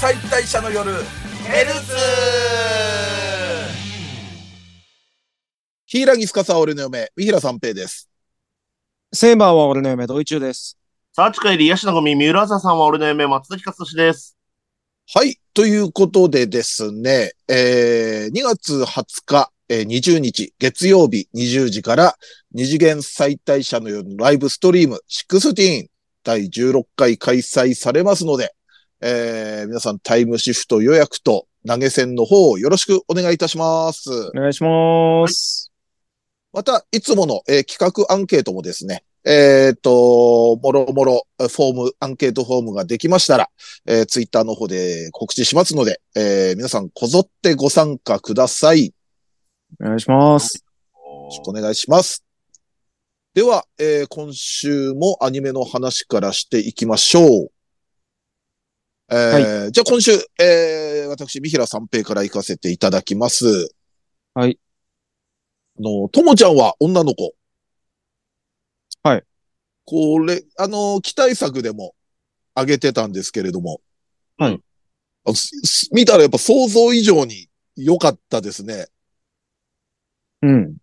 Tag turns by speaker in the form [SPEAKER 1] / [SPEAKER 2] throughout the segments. [SPEAKER 1] 解体者の夜ヘルツ
[SPEAKER 2] 柊司は俺の嫁、三平三平です。
[SPEAKER 3] セイバーは俺の嫁、同意中です。
[SPEAKER 4] サーチカイリヤシナゴミ、三浦朝さんは俺の夢、松崎勝利です。
[SPEAKER 2] はい。ということでですね、えー、2月20日、えー20日、月曜日20時から、二次元再退社の夜のライブストリーム16第16回開催されますので、えー、皆さんタイムシフト予約と投げ銭の方をよろしくお願いいたします。
[SPEAKER 3] お願いします。
[SPEAKER 2] また、いつもの、えー企画アンケートもですね、えっ、と、もろもろ、えーフォーム、アンケートフォームができましたら、えー、ツイッターの方で告知しますので、えー皆さんこぞってご参加ください。よ
[SPEAKER 3] お願いします。
[SPEAKER 2] ろしくお願いします。では、えー今週もアニメの話からしていきましょう。えーじゃあ今週、えー私、三平三平から行かせていただきます。
[SPEAKER 3] はい。
[SPEAKER 2] あの、ともちゃんは女の子。
[SPEAKER 3] はい。
[SPEAKER 2] これ、あの、期待作でも上げてたんですけれども。
[SPEAKER 3] はい
[SPEAKER 2] あ。すす見たらやっぱ想像以上に良かったですね。
[SPEAKER 3] うん。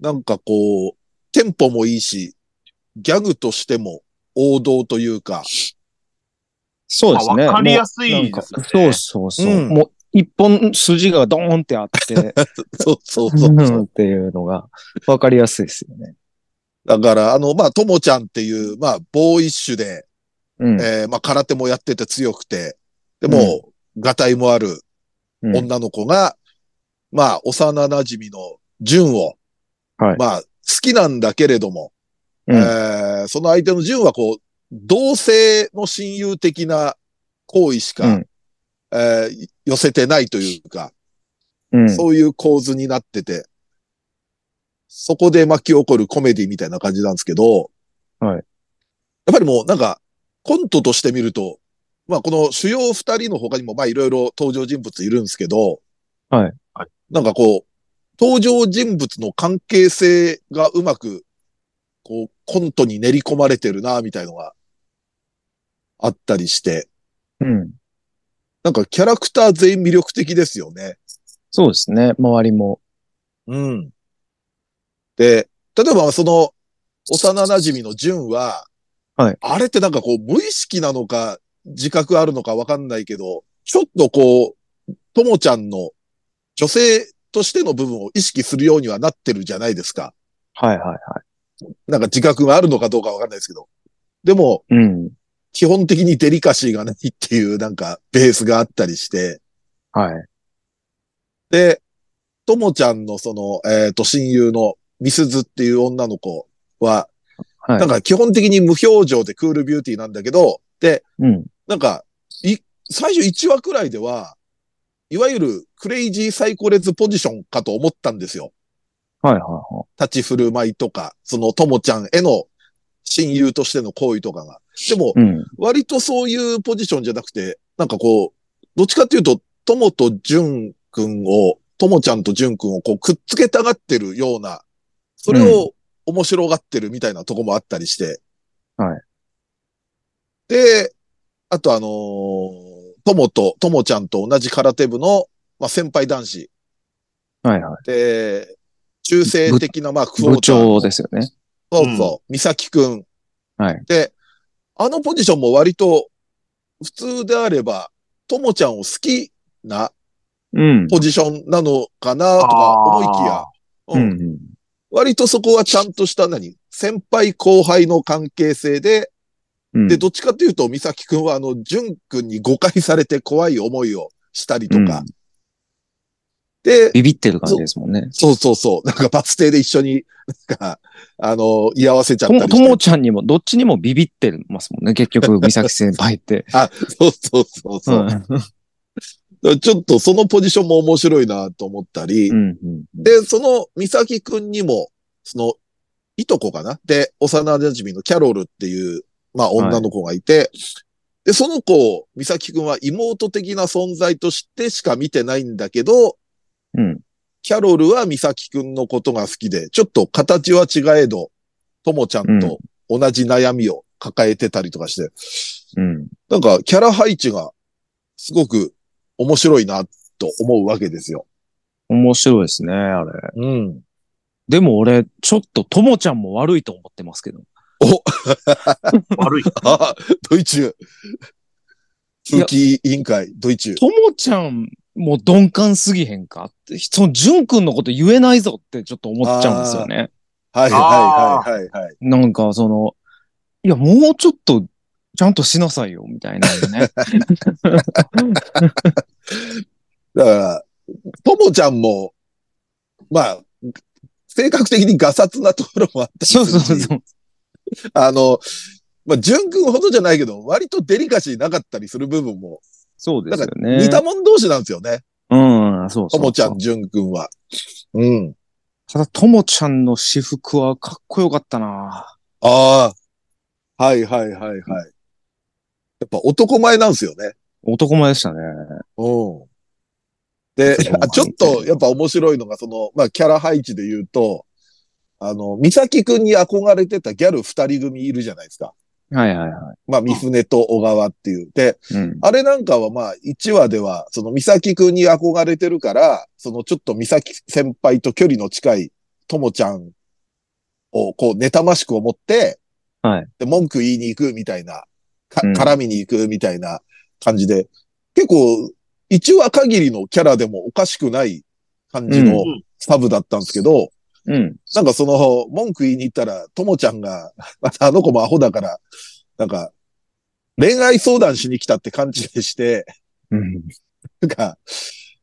[SPEAKER 2] なんかこう、テンポもいいし、ギャグとしても王道というか、
[SPEAKER 3] そうですね。
[SPEAKER 4] あわかりやすい
[SPEAKER 3] もうなん
[SPEAKER 4] で
[SPEAKER 3] か
[SPEAKER 4] すね
[SPEAKER 3] そうそうそう。
[SPEAKER 2] うん
[SPEAKER 3] もう一本筋がドーンってあって、
[SPEAKER 2] そうそうそうう。
[SPEAKER 3] んっていうのがわかりやすいですよね。
[SPEAKER 2] だから、あの、まあ、ともちゃんっていう、まあ、ボーイッシュで、
[SPEAKER 3] うん。
[SPEAKER 2] えーまあ、空手もやってて強くて、でも、がたいもある
[SPEAKER 3] うん
[SPEAKER 2] 女の子が、まあ、幼馴染みの純を、
[SPEAKER 3] はい
[SPEAKER 2] まあ、好きなんだけれども、
[SPEAKER 3] うん
[SPEAKER 2] えーその相手の純はこう、同性の親友的な行為しか、
[SPEAKER 3] うん
[SPEAKER 2] えー寄せてないというか、
[SPEAKER 3] うん。
[SPEAKER 2] そういう構図になってて、そこで巻き起こるコメディみたいな感じなんですけど、
[SPEAKER 3] はい
[SPEAKER 2] やっぱりもうなんか、コントとして見ると、まあこの主要二人の他にもまあいろいろ登場人物いるんですけど、
[SPEAKER 3] はい
[SPEAKER 4] はい。
[SPEAKER 2] なんかこう、登場人物の関係性がうまく、こう、コントに練り込まれてるな、みたいのがあったりして、
[SPEAKER 3] うん。
[SPEAKER 2] なんかキャラクター全員魅力的ですよね。
[SPEAKER 3] そうですね。周りも。
[SPEAKER 2] うん。で、例えばその、幼馴染みの純は、
[SPEAKER 3] はい
[SPEAKER 2] あれってなんかこう、無意識なのか、自覚あるのかわかんないけど、ちょっとこう、ともちゃんの女性としての部分を意識するようにはなってるじゃないですか。
[SPEAKER 3] はいはいは
[SPEAKER 2] なんか自覚があるのかどうかわかんないですけど。でも、
[SPEAKER 3] い。うん。
[SPEAKER 2] 基本的にデリカシーがないっていうなんかベースがあったりして、
[SPEAKER 3] はい。
[SPEAKER 2] で、ともちゃんのその、えっ、と、親友のミスズっていう女の子は、
[SPEAKER 3] はい。
[SPEAKER 2] なんか基本的に無表情でクールビューティーなんだけど、で、
[SPEAKER 3] うん。
[SPEAKER 2] なんか、い、最初1話くらいでは、いわゆるクレイジーサイコレズポジションかと思ったんですよ。
[SPEAKER 3] はいはいは
[SPEAKER 2] 立ち振る舞いとか、そのともちゃんへの親友としての行為とかが。でも
[SPEAKER 3] い。、うん。
[SPEAKER 2] 割とそういうポジションじゃなくて、なんかこう、どっちかっていうと、ともとじゅんくんを、ともちゃんとじゅんくんをこうくっつけたがってるような、それを面白がってるみたいなとこもあったりして。
[SPEAKER 3] はい。
[SPEAKER 2] で、あとあのーともと、ともちゃんと同じ空手部の、まあ、先輩男子
[SPEAKER 3] はいは
[SPEAKER 2] で、中性的な、まあ、
[SPEAKER 3] い。
[SPEAKER 2] クォー
[SPEAKER 3] 部
[SPEAKER 2] ターの
[SPEAKER 3] 長ですよね。
[SPEAKER 2] そうそう、美咲くん。
[SPEAKER 3] はい。
[SPEAKER 2] で、あのポジションも割と普通であれば、ともちゃんを好きな
[SPEAKER 3] うん。
[SPEAKER 2] ポジションなのかなとか思いきや、
[SPEAKER 3] う
[SPEAKER 2] うん
[SPEAKER 3] ん。
[SPEAKER 2] 割とそこはちゃんとした何先輩後輩の関係性で、
[SPEAKER 3] うん。
[SPEAKER 2] で、どっちかというと、美咲くんはあの、淳くんに誤解されて怖い思いをしたりとか
[SPEAKER 3] うん、
[SPEAKER 2] で、
[SPEAKER 3] ビビってる感じですもんね。
[SPEAKER 2] そうそうそう、なんかバス停で一緒に、なんか、あの、居合わせちゃった
[SPEAKER 3] と
[SPEAKER 2] り
[SPEAKER 3] も
[SPEAKER 2] して。
[SPEAKER 3] ともちゃんにも、どっちにもビビってますもんね。結 局、美咲先輩って。
[SPEAKER 2] あ、そうそうそうそう。
[SPEAKER 3] ん。
[SPEAKER 2] だからちょっとそのポジションも面白いなと思ったり、
[SPEAKER 3] うんうん
[SPEAKER 2] で、その美咲くんにも、その、いとこかなで、幼馴染のキャロルっていう、まあ女の子がいて、で、その子を美咲くんは妹的な存在としてしか見てないんだけど、
[SPEAKER 3] うん。
[SPEAKER 2] キャロルは美咲くんのことが好きで、ちょっと形は違えど、ともちゃんと同じ悩みを抱えてたりとかして、
[SPEAKER 3] うん。
[SPEAKER 2] なんかキャラ配置がすごく面白いな、と思うわけですよ。
[SPEAKER 3] 面白いですね、あれ。
[SPEAKER 2] うん。
[SPEAKER 3] でも俺、ちょっとともちゃんも悪いと思ってますけど。
[SPEAKER 4] 悪い。
[SPEAKER 2] ああ、 ドイツ。風紀委員会、ドイツ。
[SPEAKER 3] ともちゃんも鈍感すぎへんかって、その、淳くんのこと言えないぞってちょっと思っちゃうんですよね。
[SPEAKER 2] はい
[SPEAKER 4] あ
[SPEAKER 2] はいはいはいはい。
[SPEAKER 3] なんか、その、いや、もうちょっと、ちゃんとしなさいよ、みたいなんで ね。
[SPEAKER 2] だから、ともちゃんも、まあ、性格的にガサツなところもあったりする
[SPEAKER 3] そう
[SPEAKER 2] し
[SPEAKER 3] そうそう。
[SPEAKER 2] あの、まあ、淳君ほどじゃないけど、割とデリカシーなかったりする部分も、
[SPEAKER 3] そうですよね。
[SPEAKER 2] 似たもん同士なんですよね。
[SPEAKER 3] うん、そう
[SPEAKER 2] と
[SPEAKER 3] そうそう。
[SPEAKER 2] もちゃん、淳君は。うん。
[SPEAKER 3] ただ、ともちゃんの私服はかっこよかったな
[SPEAKER 2] ああ。はいはいはいはい。やっぱ男前なんですよね。
[SPEAKER 3] 男前でしたね。
[SPEAKER 2] うん。で
[SPEAKER 3] そう、
[SPEAKER 2] あちょっとやっぱ面白いのが、その、まあ、キャラ配置で言うと、あの、美咲くんに憧れてたギャル二人組いるじゃないですか。
[SPEAKER 3] はいはいは
[SPEAKER 2] まあ、三船と小川っていう。で、
[SPEAKER 3] い。うん。
[SPEAKER 2] あれなんかはまあ、1話では、その美咲くんに憧れてるから、そのちょっと美咲先輩と距離の近いともちゃんをこう、妬ましく思って、
[SPEAKER 3] はい。
[SPEAKER 2] で、文句言いに行くみたいな、か
[SPEAKER 3] うん
[SPEAKER 2] 絡みに行くみたいな感じで、結構、1話限りのキャラでもおかしくない感じの
[SPEAKER 4] うん
[SPEAKER 2] サブだったんですけど、
[SPEAKER 3] うん。
[SPEAKER 2] なんかその、文句言いに行ったら、ともちゃんが、 またあの子もアホだから、なんか、恋愛相談しに来たって感じでして、
[SPEAKER 3] うん。
[SPEAKER 2] なんか、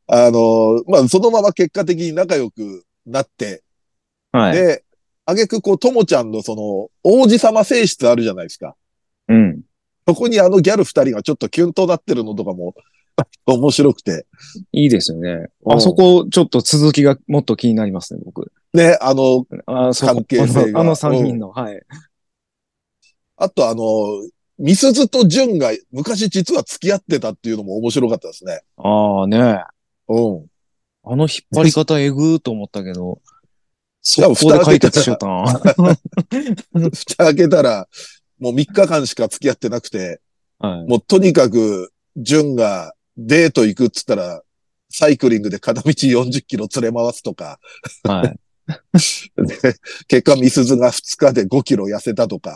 [SPEAKER 2] あの、まあ、そのまま結果的に仲良くなって、
[SPEAKER 3] はい。
[SPEAKER 2] で、あげくこう、ともちゃんのその、王子様性質あるじゃないですか。
[SPEAKER 3] うん。
[SPEAKER 2] そこにあのギャル二人がちょっとキュンとなってるのとかも、 面白くて。
[SPEAKER 3] いいですよね。
[SPEAKER 2] うん
[SPEAKER 3] あそこ、ちょっと続きがもっと気になりますね、僕。
[SPEAKER 2] ね、あの、
[SPEAKER 3] あそこ
[SPEAKER 2] 関係性が
[SPEAKER 3] あの3人の、はい。
[SPEAKER 2] あとあの、ミスズとジュンが昔実は付き合ってたっていうのも面白かったですね。
[SPEAKER 3] ああね。
[SPEAKER 2] うん。
[SPEAKER 3] あの引っ張り方えぐーと思ったけど、
[SPEAKER 2] しかも
[SPEAKER 3] ここで解決しよう かな。
[SPEAKER 2] 蓋開けたら、もう3日間しか付き合ってなくて、
[SPEAKER 3] はい。
[SPEAKER 2] もうとにかく、純がデート行くっつったら、サイクリングで片道40キロ連れ回すとか、
[SPEAKER 3] はい。
[SPEAKER 2] で結果ミスズが2日で5キロ痩せたとか、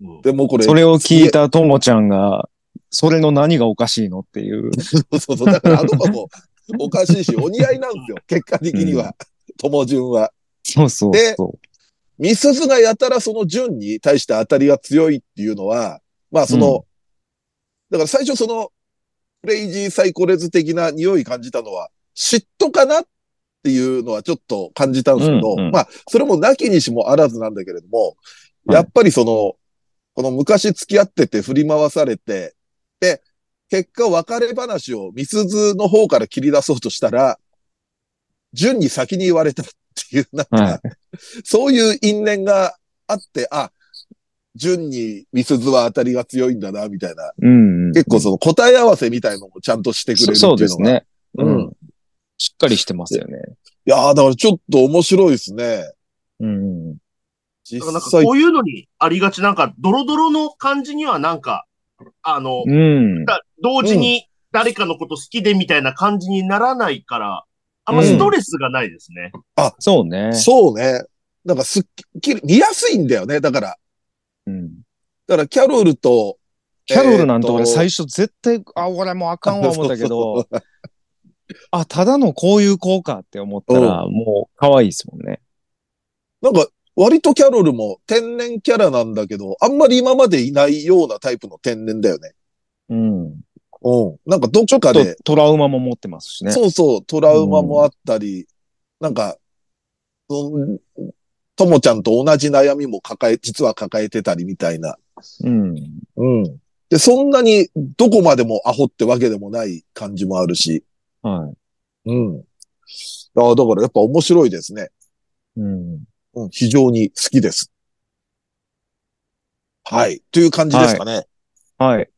[SPEAKER 4] うん
[SPEAKER 2] でもうこれ、
[SPEAKER 3] それを聞いたともちゃんが、それの何がおかしいのっていう。
[SPEAKER 2] そうそうそう、だからあの子もおかしいし、お似合いなんです よ、結果的には、友純は。
[SPEAKER 3] そうそうそ
[SPEAKER 2] ミスズがやたらその順に対して当たりが強いっていうのは、まあその、
[SPEAKER 3] う
[SPEAKER 2] だから最初その、クレイジーサイコレズ的な匂い感じたのは、嫉妬かなっていうのはちょっと感じたんですけど、
[SPEAKER 3] うんうん
[SPEAKER 2] まあそれもなきにしもあらずなんだけれども、
[SPEAKER 3] はい
[SPEAKER 2] やっぱりその、この昔付き合ってて振り回されて、で、結果別れ話をミスズの方から切り出そうとしたら、順に先に言われたっていう、なんか、
[SPEAKER 3] はい
[SPEAKER 2] そういう因縁があって、あ、順にミスズは当たりが強いんだな、みたいな。
[SPEAKER 3] う。うんうん。
[SPEAKER 2] 結構その答え合わせみたいのもちゃんとしてくれるって
[SPEAKER 3] そ
[SPEAKER 2] いうのが。
[SPEAKER 3] そうです。ね。
[SPEAKER 2] う
[SPEAKER 3] うんん。しっかりしてますよね。
[SPEAKER 2] いやーだからちょっと面白いですね。
[SPEAKER 3] うん。
[SPEAKER 2] 実
[SPEAKER 4] だからなんか
[SPEAKER 2] 際
[SPEAKER 4] こ、ういうのにありがちなんか、ドロドロの感じにはなんか、あの、
[SPEAKER 3] うん。
[SPEAKER 4] だ同時に誰かのこと好きでみたいな感じにならないから、あんまストレスがないですね。
[SPEAKER 3] そうね。
[SPEAKER 2] そうね。なんかすっきり、見やすいんだよね。だから、
[SPEAKER 3] うん。
[SPEAKER 2] だからキャロルと、
[SPEAKER 3] キャロルなんて俺
[SPEAKER 2] 初
[SPEAKER 3] 最初絶対、あ、俺もうあかんわ思ったけど、あ、ただのこういう子かって思ったら、もう可愛いですもんね。
[SPEAKER 2] なんか、割とキャロルも天然キャラなんだけど、あんまり今までいないようなタイプの天然だよね。
[SPEAKER 3] うん。
[SPEAKER 2] うん。なんかどっか
[SPEAKER 3] と
[SPEAKER 2] で、
[SPEAKER 3] トラウマも持ってますしね。
[SPEAKER 2] そうそう、トラウマもあったり、なんか、そのともちゃんと同じ悩みも抱え、実は抱えてたりみたいな。
[SPEAKER 3] うん。
[SPEAKER 2] うん。で、そんなにどこまでもアホってわけでもない感じもあるし。
[SPEAKER 3] は
[SPEAKER 2] うん。ああだからやっぱ面白いですね。
[SPEAKER 3] い。うん。
[SPEAKER 2] うん、非常に好きです。はい。という感じですかね。
[SPEAKER 3] はい。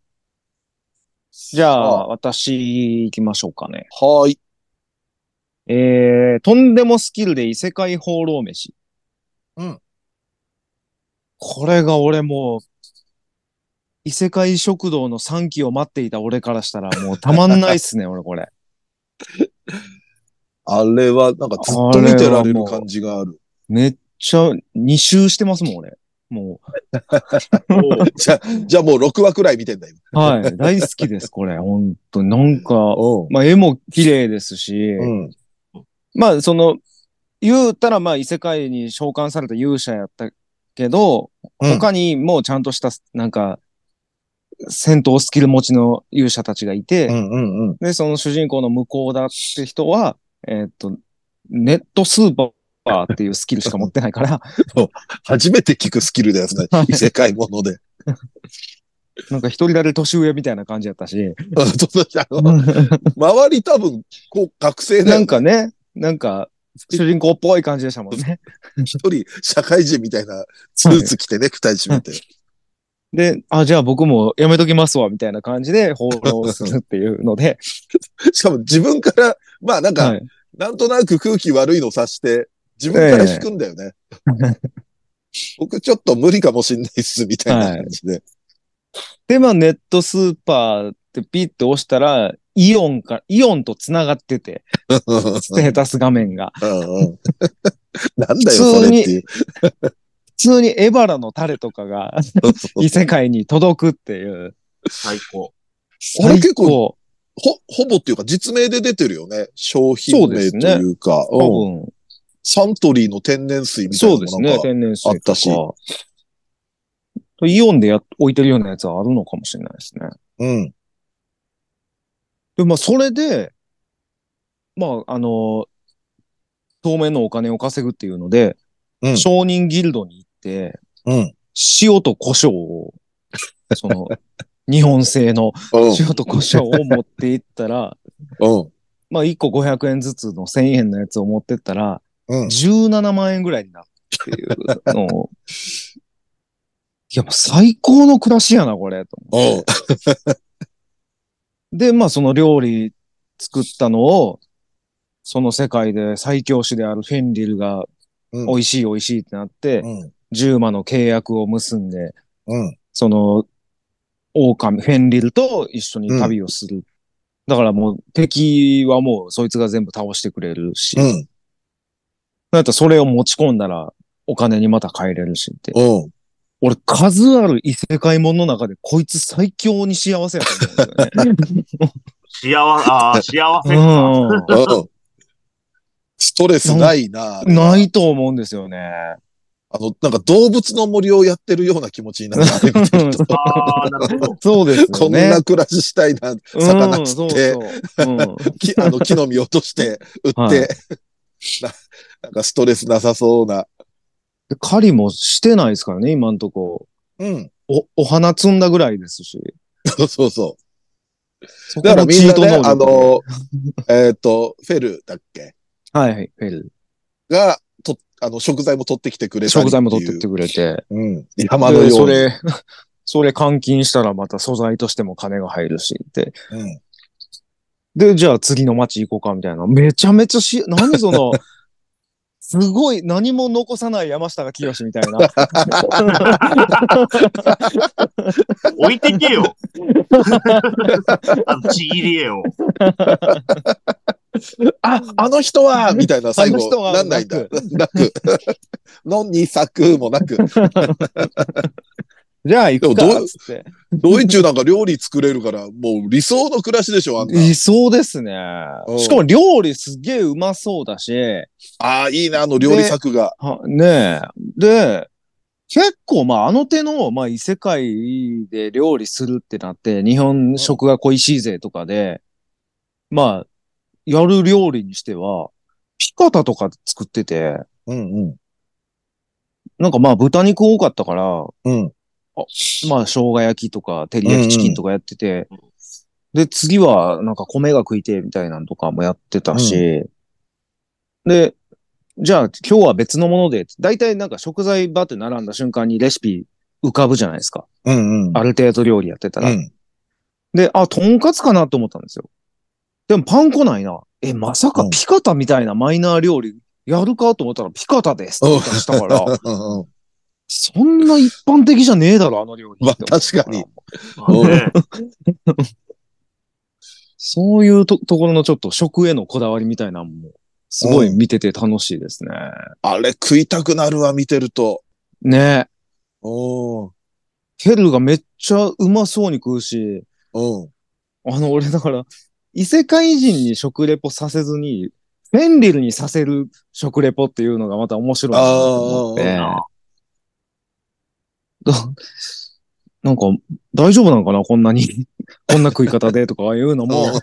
[SPEAKER 3] じ
[SPEAKER 2] さ
[SPEAKER 3] ゃあ、私行きましょうかね。
[SPEAKER 2] はーい。
[SPEAKER 3] えー、とんでもスキルで異世界放浪飯。
[SPEAKER 2] うん。
[SPEAKER 3] これが俺もう、異世界食堂の3期を待っていた俺からしたらもうたまんない っすね、俺これ。
[SPEAKER 2] あれは、なんかずっと見てられる感じがある。
[SPEAKER 3] めっちゃ2周してますもん、俺。も
[SPEAKER 4] おう
[SPEAKER 2] じゃあもう6話くらい見てんだよ。
[SPEAKER 3] う、はい。大好きです、これ。本当になんか、
[SPEAKER 2] うん
[SPEAKER 3] まあ絵も綺麗ですし、
[SPEAKER 2] うん。
[SPEAKER 3] まあその、言うたらまあ異世界に召喚された勇者やったけど、
[SPEAKER 2] うん
[SPEAKER 3] 他にもちゃんとした、なんか、戦闘スキル持ちの勇者たちがいて、
[SPEAKER 2] うんうんうん。
[SPEAKER 3] で、その主人公の向こうだって人は、えーっと、ネットスーパーっていうスキルしか持ってな いから、
[SPEAKER 2] 初めて聞くスキルです ね
[SPEAKER 3] はい。
[SPEAKER 2] 異世界もので。
[SPEAKER 3] なんか一人だけ年上みたいな感じやったし、
[SPEAKER 2] あのそうだあの周り多分、こう、学生だ
[SPEAKER 3] な
[SPEAKER 2] よ
[SPEAKER 3] ん
[SPEAKER 2] ね
[SPEAKER 3] かね、なんか、主人公っぽい感じでしたもんね。
[SPEAKER 2] 一人、社会人みたいなスーツ着てね、二人締めて。
[SPEAKER 3] で、あ、じゃあ僕もやめときますわ、みたいな感じで放浪するっていうので、
[SPEAKER 2] しかも自分から、まあなんか、
[SPEAKER 3] はい。
[SPEAKER 2] なんとなく空気悪いの察して、自分から引くんだよね。 僕ちょっと無理かもしんないっす、みたいな感じで。
[SPEAKER 3] で、まあネットスーパーってピッて押したら、イオンか、イオンと繋がってて、ステータス画面が。
[SPEAKER 2] うんうんなんだよ、それっていう。
[SPEAKER 3] 普通にエバラのタレとかが 異世界に届くっていう。
[SPEAKER 4] 最高。
[SPEAKER 2] あれ
[SPEAKER 3] 最
[SPEAKER 2] 結
[SPEAKER 3] 高。
[SPEAKER 2] ほ、ほぼっていうか、実名で出てるよね。商品名というか。うん
[SPEAKER 3] 多分。
[SPEAKER 2] サントリーの天然水みたい
[SPEAKER 3] そ
[SPEAKER 2] な
[SPEAKER 3] うです
[SPEAKER 2] のもなん
[SPEAKER 3] ね。
[SPEAKER 2] か
[SPEAKER 3] 天然水とか。
[SPEAKER 2] あったし
[SPEAKER 3] イオンでやっ置いてるようなやつはあるのかもしれないですね。
[SPEAKER 2] うん。
[SPEAKER 3] で、まあ、それで、まあ、あの、当面のお金を稼ぐっていうので、
[SPEAKER 2] うん
[SPEAKER 3] 商人ギルドに行って、
[SPEAKER 2] うん。
[SPEAKER 3] 塩と胡椒を、その、日本製の
[SPEAKER 2] うん
[SPEAKER 3] 塩と胡椒を持って行ったら、
[SPEAKER 2] うん。
[SPEAKER 3] まあ、1個500円ずつの1000円のやつを持ってったら、
[SPEAKER 2] うん。
[SPEAKER 3] 17万円ぐらいになるって いうのをいや、もう最高の暮らしやな、これ、と思って
[SPEAKER 2] うん。
[SPEAKER 3] で、まあ、その料理作ったのを、その世界で最強種であるフェンリルが
[SPEAKER 2] うん
[SPEAKER 3] 美味しい美味しいってなって、
[SPEAKER 2] うん。
[SPEAKER 3] 10マの契約を結んで、
[SPEAKER 2] うん。
[SPEAKER 3] その、狼、フェンリルと一緒に旅をする。だからもう敵はもうそいつが全部倒してくれるし、
[SPEAKER 2] うん。
[SPEAKER 3] なんかそれを持ち込んだらお金にまた変えれるしって。
[SPEAKER 2] うん。
[SPEAKER 3] 俺数ある異世界ものの中でこいつ最強に幸せやと思うんですよね。
[SPEAKER 4] 幸せ、ああ、幸せか。
[SPEAKER 3] うん
[SPEAKER 2] うんストレスないな。
[SPEAKER 3] ないと思うんですよね。
[SPEAKER 2] あの、なんか動物の森をやってるような気持ちにな る。あれ見てると
[SPEAKER 4] ああ、なるほど。
[SPEAKER 3] そうですよね。
[SPEAKER 2] こんな暮らししたいな。魚
[SPEAKER 3] うん
[SPEAKER 2] 釣
[SPEAKER 3] そ
[SPEAKER 2] っ
[SPEAKER 3] う
[SPEAKER 2] て、
[SPEAKER 3] そううん
[SPEAKER 2] 木 あの木の実落として、売って、
[SPEAKER 3] はい
[SPEAKER 2] ななんかストレスなさそうな。
[SPEAKER 3] で狩りもしてないですからね、今んとこ。
[SPEAKER 2] うん。
[SPEAKER 3] お、お花摘んだぐらいですし。
[SPEAKER 2] そうそうそ。
[SPEAKER 3] そう
[SPEAKER 2] だからみんなね、あ
[SPEAKER 3] 能力
[SPEAKER 2] の、えっと、フェルだっけ
[SPEAKER 3] はいはい、フェル。
[SPEAKER 2] が、と、あの、食材も取ってきてくれたりっていう
[SPEAKER 3] 食材も取ってってくれて。
[SPEAKER 2] うん。山のよう
[SPEAKER 3] で
[SPEAKER 2] に。
[SPEAKER 3] それ、 それ換金したらまた素材としても金が入るしって。
[SPEAKER 2] うん。
[SPEAKER 3] で、じゃあ次の町行こうかみたいな。めちゃめちゃ し、何その、すごい何も残さない山下が清みたい な。
[SPEAKER 4] 置いて けよ。あの、ちぎり絵を。
[SPEAKER 2] あ、あの人は、みたいな最
[SPEAKER 3] あの人
[SPEAKER 2] 後、
[SPEAKER 3] は
[SPEAKER 2] なんないんだ。なく。 のに作もなく。
[SPEAKER 3] じゃあ行くか
[SPEAKER 2] でもどう
[SPEAKER 3] っつって。
[SPEAKER 2] ドイツなんか料理作れるから、もう理想の暮らしでしょ、あんな。
[SPEAKER 3] 理想ですね
[SPEAKER 2] う。ん
[SPEAKER 3] しかも料理すげえうまそうだし、
[SPEAKER 2] ああ、いいな、あの料理作が。
[SPEAKER 3] はねえ。で、結構まああの手の、まあ、異世界で料理するってなって、日本食が恋しいぜとかで、まあ、やる料理にしては、ピカタとか作ってて、
[SPEAKER 2] うん
[SPEAKER 3] なんかまあ豚肉多かったから、
[SPEAKER 2] うん。うん。
[SPEAKER 3] まあ生姜焼きとか照り焼きチキンとかやってて、
[SPEAKER 4] うん
[SPEAKER 3] で、次はなんか米が食いてみたいなんとかもやってたし、で、じゃあ今日は別のもので、だいたいなんか食材バって並んだ瞬間にレシピ浮かぶじゃないですか。
[SPEAKER 2] うんうん。
[SPEAKER 3] ある程度料理やってた
[SPEAKER 2] う
[SPEAKER 3] ら。
[SPEAKER 2] ん。
[SPEAKER 3] で、あ、とんかつかなと思ったんですよ。でもパン粉ないな。え、まさかピカタみたいなマイナー料理やるかと思ったらピカタですって出したから、
[SPEAKER 2] うんうん。
[SPEAKER 3] そんな一般的じゃねえだろ、あの料理。
[SPEAKER 2] まあ確かに。
[SPEAKER 4] まあね
[SPEAKER 3] そういうとところのちょっと食へのこだわりみたいなのも、すごい見てて楽しいですね。
[SPEAKER 2] あれ食いたくなるわ、見てると。
[SPEAKER 3] ね
[SPEAKER 2] おー
[SPEAKER 3] フェルがめっちゃうまそうに食うし、
[SPEAKER 2] うん。
[SPEAKER 3] あの、俺だから、異世界人に食レポさせずに、フェンリルにさせる食レポっていうのがまた面白いなと思って。
[SPEAKER 4] あ
[SPEAKER 3] だなんか、大丈夫なのかなこんなに、 こんな食い方でとかいう のも、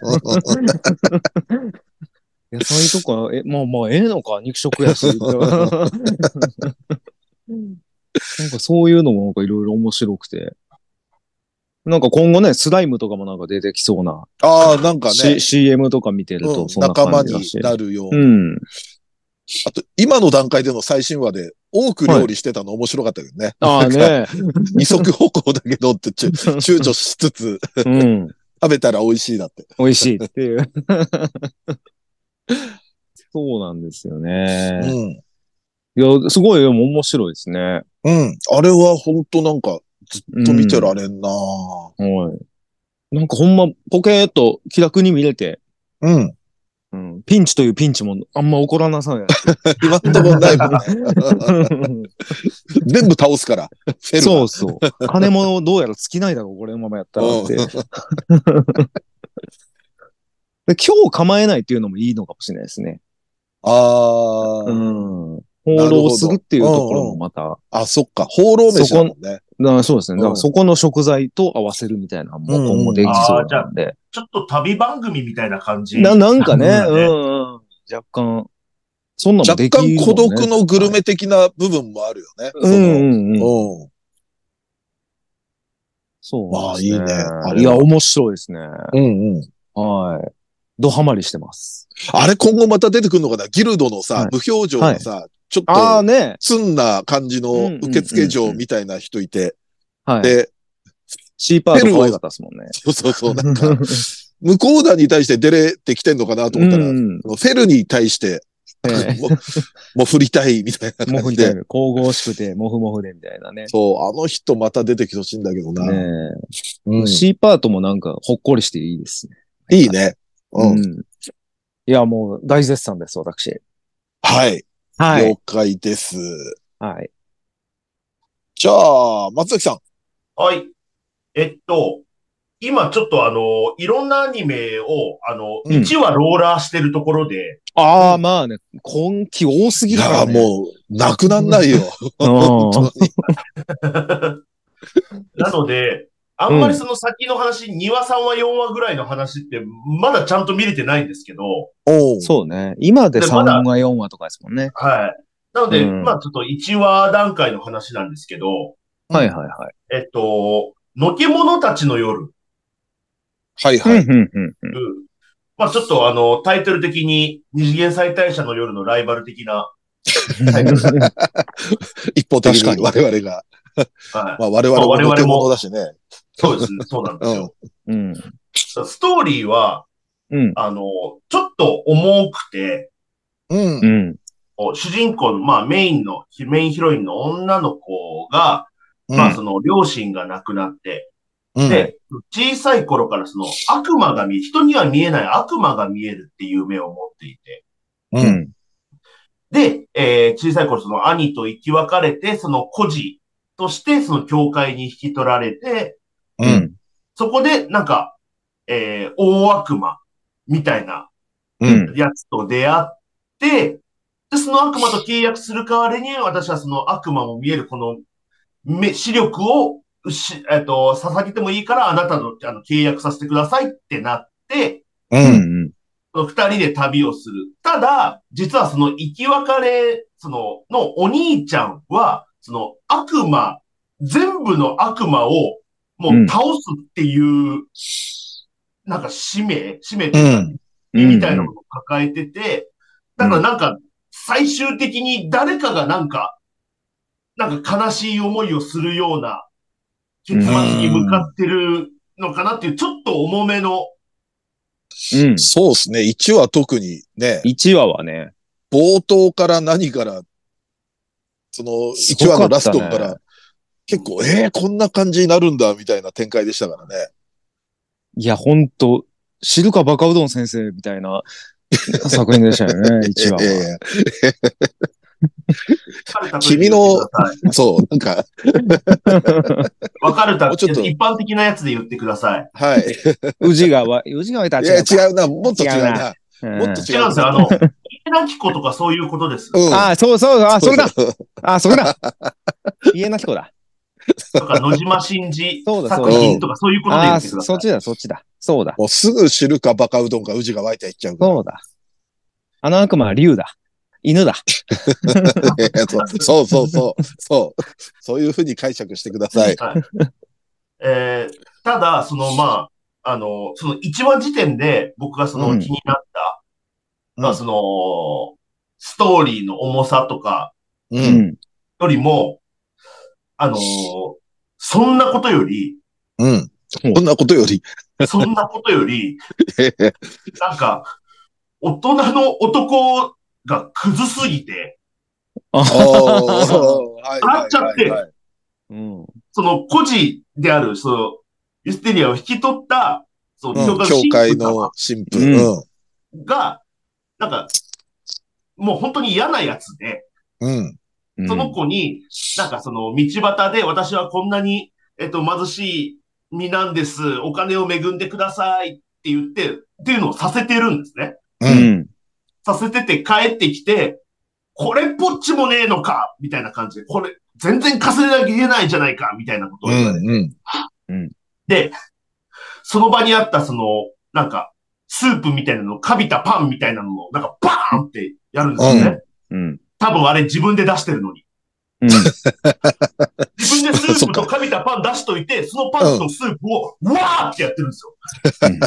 [SPEAKER 3] 野菜とか、え、まあまあ、ええのか、肉食や し。なんかそういうのもなんかいろいろ面白くて。なんか今後ね、スライムとかもなんか出てきそうな、
[SPEAKER 2] ああ、なんか
[SPEAKER 3] C、
[SPEAKER 2] ね、
[SPEAKER 3] CM とか見てる
[SPEAKER 2] う
[SPEAKER 3] と
[SPEAKER 2] ん
[SPEAKER 3] そんな
[SPEAKER 2] 仲間
[SPEAKER 3] 感じだ
[SPEAKER 2] に
[SPEAKER 3] し。
[SPEAKER 2] なるよう
[SPEAKER 3] う
[SPEAKER 2] な。
[SPEAKER 3] ん。
[SPEAKER 2] あと、今の段階での最新話で、多く料理してたの面白かったけどね。
[SPEAKER 3] ああね。
[SPEAKER 2] 二足歩行だけどって ちゅ躊躇しつつ、
[SPEAKER 3] うん。
[SPEAKER 2] 食べたら美味しいだって。
[SPEAKER 3] 美味しいっていう。 そうなんですよね。
[SPEAKER 2] うん。
[SPEAKER 3] いや、すごい、でも面白いですね。
[SPEAKER 2] うん。あれは本当なんか、ずっと見てられんな
[SPEAKER 3] はい。なんかほんま、ポケーっと気楽に見れて、
[SPEAKER 2] うん。
[SPEAKER 3] うん、ピンチというピンチもあんま起こらなさ ない。
[SPEAKER 2] 今んとこないもん。 全部倒すから。フェル
[SPEAKER 3] そうそう。金もどうやら尽きないだろう、これのままやったらって。 で今日構えないっていうのもいいのかもしれないですね。
[SPEAKER 2] ああ、
[SPEAKER 3] うん。放浪するっていうところもまた、
[SPEAKER 2] あ、そっか。放浪飯だもんね。
[SPEAKER 3] だからそうですね。だか
[SPEAKER 2] うん
[SPEAKER 3] らそこの食材と合わせるみたいなのも今後できそうなんで。
[SPEAKER 4] ちょっと旅番組みたいな感じ。
[SPEAKER 3] な、なんかね、
[SPEAKER 4] なん
[SPEAKER 3] うん
[SPEAKER 4] かね
[SPEAKER 3] うん。若干、そんなのも
[SPEAKER 2] 若
[SPEAKER 3] できるもん
[SPEAKER 2] 干
[SPEAKER 3] ね
[SPEAKER 2] 孤独のグルメ的な部分もあるよね。
[SPEAKER 3] うんうんうん。
[SPEAKER 2] そのうん。
[SPEAKER 3] そう
[SPEAKER 2] ま
[SPEAKER 3] な
[SPEAKER 2] あ
[SPEAKER 3] んです、
[SPEAKER 2] いいねあれはい
[SPEAKER 3] や、面白いですね。
[SPEAKER 2] うんうん。
[SPEAKER 3] はい。ドハマりしてます。
[SPEAKER 2] あれ今後また出てくるのかなギルドのさ、
[SPEAKER 3] はい
[SPEAKER 2] 無表情のさ、ちょっ
[SPEAKER 3] ああ
[SPEAKER 2] と、
[SPEAKER 3] ね。
[SPEAKER 2] つんな感じ
[SPEAKER 3] うんう
[SPEAKER 2] の
[SPEAKER 3] んうんうん
[SPEAKER 2] 受付嬢みたいな人いて、
[SPEAKER 3] はい。
[SPEAKER 2] で、
[SPEAKER 3] シーパート可愛かったですもんね。
[SPEAKER 2] そうそうそう、なん か、向こうだに対して出れてきてんのかなと思ったら、
[SPEAKER 3] うんうん
[SPEAKER 2] フェルに対して、
[SPEAKER 3] え
[SPEAKER 2] もう、もう振りたいみたいな
[SPEAKER 3] え、も
[SPEAKER 2] 感じ
[SPEAKER 3] ふみたい
[SPEAKER 2] で。
[SPEAKER 3] な。神々しくて、もふもふでみたいなね。
[SPEAKER 2] そう、あの人また出てきてほしいんだけどな。
[SPEAKER 3] ね
[SPEAKER 2] う
[SPEAKER 3] え
[SPEAKER 2] ん、
[SPEAKER 3] シーパートもなんか、ほっこりしていいですね。
[SPEAKER 2] いいね。うん。
[SPEAKER 3] うん。いや、もう、大絶賛です、私。
[SPEAKER 2] はい。
[SPEAKER 3] は
[SPEAKER 2] 了
[SPEAKER 3] い。
[SPEAKER 2] 解です。
[SPEAKER 3] はい。
[SPEAKER 2] じゃあ、松崎さん。
[SPEAKER 4] はい。えっと、今ちょっとあの、いろんなアニメを、あの、
[SPEAKER 2] うん
[SPEAKER 4] 1話ローラーしてるところで、
[SPEAKER 3] ああ、まあね、今季多す
[SPEAKER 2] い
[SPEAKER 3] ぎるから、
[SPEAKER 2] や、
[SPEAKER 3] ね。
[SPEAKER 2] もう、なくなんないよ。
[SPEAKER 3] うん
[SPEAKER 2] 本当に。
[SPEAKER 4] なので、あんまりその先の話、2話、3話、4話ぐらいの話って、まだちゃんと見れてないんですけど、
[SPEAKER 2] おう
[SPEAKER 3] そうね。今で
[SPEAKER 4] で
[SPEAKER 3] 3
[SPEAKER 4] まだ
[SPEAKER 3] 話4話とかですもんね。
[SPEAKER 4] はい。なので、
[SPEAKER 3] うん
[SPEAKER 4] まあちょっと1話段階の話なんですけど、
[SPEAKER 3] はいはいはい。
[SPEAKER 4] えっと、のけ者たちの夜、
[SPEAKER 2] はいはい。
[SPEAKER 3] うんうんうんうん。
[SPEAKER 4] まあちょっとあの、タイトル的に、二次元再退者の夜のライバル的な、タイトル
[SPEAKER 2] 一方的
[SPEAKER 3] 確か
[SPEAKER 2] に
[SPEAKER 3] に
[SPEAKER 2] 我々が。
[SPEAKER 4] はい。
[SPEAKER 2] まあ我々
[SPEAKER 4] まあ我
[SPEAKER 2] も
[SPEAKER 4] 々
[SPEAKER 2] のけ者
[SPEAKER 4] も
[SPEAKER 2] だしね。
[SPEAKER 4] そうですね、そうなんですよ。
[SPEAKER 3] うん。
[SPEAKER 4] ストーリーは、
[SPEAKER 3] うん。
[SPEAKER 4] あの、ちょっと重くて、
[SPEAKER 2] うん。
[SPEAKER 3] うん。
[SPEAKER 4] こう主人公の、まあメインの、メインヒロインの女の子が、
[SPEAKER 2] うん
[SPEAKER 4] まあその両親が亡くなって、
[SPEAKER 2] うん
[SPEAKER 4] で、小さい頃からその悪魔が見え、人には見えない悪魔が見えるっていう目を持っていて、
[SPEAKER 2] う。
[SPEAKER 3] うんん。
[SPEAKER 4] で、えー小さい頃その兄と生き別れて、その孤児としてその教会に引き取られて、
[SPEAKER 2] う。
[SPEAKER 3] うんん。
[SPEAKER 4] そこでなんか、えー大悪魔みたいな
[SPEAKER 2] うん。
[SPEAKER 4] やつと出会って、で、その悪魔と契約する代わりに、私はその悪魔も見えるこの目、視力を、しえっと、捧げてもいいから、あなたのあの契約させてくださいってなって、
[SPEAKER 2] う。
[SPEAKER 3] うんん。
[SPEAKER 4] その二人で旅をする。ただ、実はその生き別れ、その、のお兄ちゃんは、その悪魔、全部の悪魔をもう倒すっていう、なんか使命使命というか、
[SPEAKER 2] うん
[SPEAKER 4] みたいなものを抱えてて、だからなんか、最終的に誰かがなんか、なんか悲しい思いをするような結末に向かってるのかなっていう、ちょっと重めの、
[SPEAKER 3] うん。
[SPEAKER 2] そうですね。1話特にね、
[SPEAKER 3] 1話はね、
[SPEAKER 2] 冒頭から何から、その、1話のラストか
[SPEAKER 3] すごかった
[SPEAKER 2] ら、
[SPEAKER 3] ね
[SPEAKER 2] 結構、ええー、こんな感じになるんだ、みたいな展開でしたからね。
[SPEAKER 3] いや、ほんと、知るかバカうどん先生みたいな 作品でしたよね、一話は。
[SPEAKER 2] ええ
[SPEAKER 4] 疲れた時に言ってください
[SPEAKER 2] そう、なんか、
[SPEAKER 4] 別れた
[SPEAKER 2] もうちょっと
[SPEAKER 4] 一般的なやつで言ってください。
[SPEAKER 2] はい。
[SPEAKER 3] 宇治川、宇治川いた
[SPEAKER 2] い
[SPEAKER 3] ら
[SPEAKER 2] や、
[SPEAKER 3] 違うか
[SPEAKER 2] 違うな、もっと違うな。
[SPEAKER 3] う
[SPEAKER 2] もっ
[SPEAKER 3] ん
[SPEAKER 2] と
[SPEAKER 4] 違
[SPEAKER 2] 違う
[SPEAKER 4] うんですよ。あの、池田紀子とかそういうことです。
[SPEAKER 2] うん。
[SPEAKER 3] ああ、そうそう、あ、それだ
[SPEAKER 2] うう。
[SPEAKER 3] あ、それだ家なき子だ。
[SPEAKER 4] とか、野島真二
[SPEAKER 3] そうだそう
[SPEAKER 4] 作
[SPEAKER 3] だ
[SPEAKER 4] 品とかそういうことで
[SPEAKER 3] あ
[SPEAKER 4] 言
[SPEAKER 3] あ、
[SPEAKER 4] ってくださ
[SPEAKER 3] そ
[SPEAKER 4] い
[SPEAKER 3] っ。ちだ、そっちだ。そうだ。
[SPEAKER 2] もうすぐ知るかバカうどんか宇治が湧いていっちゃう から。
[SPEAKER 3] そうだ。あの悪魔は竜だ。犬だ。
[SPEAKER 2] そうそうそうそう。そう。そういうふうに解釈してください。
[SPEAKER 4] はい。えーただ、その、まあ、あの、その1話時点で僕がその
[SPEAKER 3] うん
[SPEAKER 4] 気になった、
[SPEAKER 2] うん
[SPEAKER 4] まあ、その、ストーリーの重さとか
[SPEAKER 2] う。
[SPEAKER 3] うんん。
[SPEAKER 4] よりも、あの、そんなこと より、
[SPEAKER 2] うん。こんなことより。
[SPEAKER 4] そんなことより、なんか、大人の男がクズすぎて、
[SPEAKER 2] おーはい
[SPEAKER 4] あっちゃって
[SPEAKER 2] はいはい
[SPEAKER 3] うん。
[SPEAKER 4] その孤児である、その、ユステリアを引き取った、その、
[SPEAKER 2] うん教会の神父。うん
[SPEAKER 4] が、なんか、もう本当に嫌なやつで、
[SPEAKER 2] うん。
[SPEAKER 3] うん
[SPEAKER 4] その子に、なんかその道端で私はこんなに、えっと、貧しい身なんです。お金を恵んでくださいって言って、っていうのをさせてるんですね。
[SPEAKER 2] う。
[SPEAKER 3] うんん。
[SPEAKER 4] させてて帰ってきて、これっぽっちもねえのかみたいな感じで、これ、全然稼いだけえないじゃないかみたいなことを
[SPEAKER 2] う
[SPEAKER 4] 言われて、
[SPEAKER 2] ん。うん。
[SPEAKER 4] で、その場にあったその、なんか、スープみたいなの、かびたパンみたいなのを、なんかバーンってやるんですよね。
[SPEAKER 2] うん
[SPEAKER 3] うん。
[SPEAKER 4] 多分あれ自分で出してるのに。
[SPEAKER 3] うん。
[SPEAKER 4] 自分でス ープとかびたパン出しといて、そのパンとスープを、うわーってやってるんですよ
[SPEAKER 3] うん。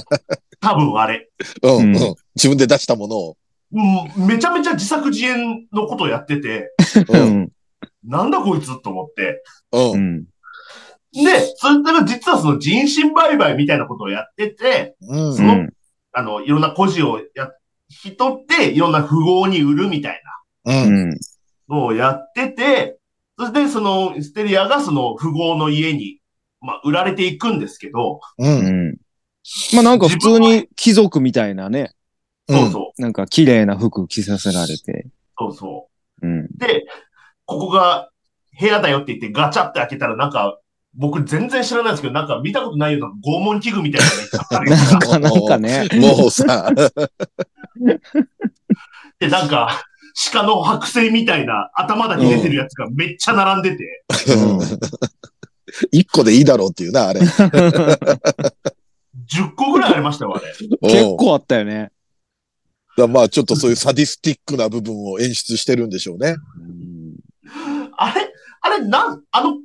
[SPEAKER 4] 多分あれ。
[SPEAKER 2] うん。
[SPEAKER 3] う
[SPEAKER 2] うん自分で出したものを。
[SPEAKER 4] うんめちゃめちゃ自作自演のことをやってて、
[SPEAKER 2] う。
[SPEAKER 3] うんん。
[SPEAKER 4] なんだこいつと思って。
[SPEAKER 2] う。
[SPEAKER 3] うんん。
[SPEAKER 4] で、それから実はその人身売買みたいなことをやってて、
[SPEAKER 2] うん
[SPEAKER 3] う。ん。
[SPEAKER 4] あの、いろんな孤児をや、引き取って、いろんな富豪に売るみたいな。
[SPEAKER 2] うん。
[SPEAKER 3] うん。
[SPEAKER 4] のをやってて、そしてそのミステリアがその富豪の家に、まあ、売られていくんですけど、
[SPEAKER 2] うん。
[SPEAKER 3] まあなんか普通に貴族みたいなね、
[SPEAKER 4] そうそう、
[SPEAKER 3] なんか綺麗な服着させられて。
[SPEAKER 4] そうそ
[SPEAKER 3] うん。
[SPEAKER 4] う。で、ここが部屋だよって言ってガチャって開けたらなんか、僕全然知らないんですけど、なんか見たことないような拷問器具みたいなのがいっぱいあるやつ
[SPEAKER 3] な
[SPEAKER 4] が
[SPEAKER 3] んか、なんかね。
[SPEAKER 2] もうさ、
[SPEAKER 4] で、なんか、鹿の剥製みたいな頭だけ出てるやつがめっちゃ並んでて、
[SPEAKER 3] うん
[SPEAKER 2] 一個でいいだろうっていうな、あれ。結
[SPEAKER 4] 10個ぐらいありましたよ、あれ。
[SPEAKER 3] 結構あったよね。
[SPEAKER 2] まあ、ちょっとそういうサディスティックな部分を演出してるんでしょうね。
[SPEAKER 3] うん
[SPEAKER 4] あれ、あれ、なん、あの、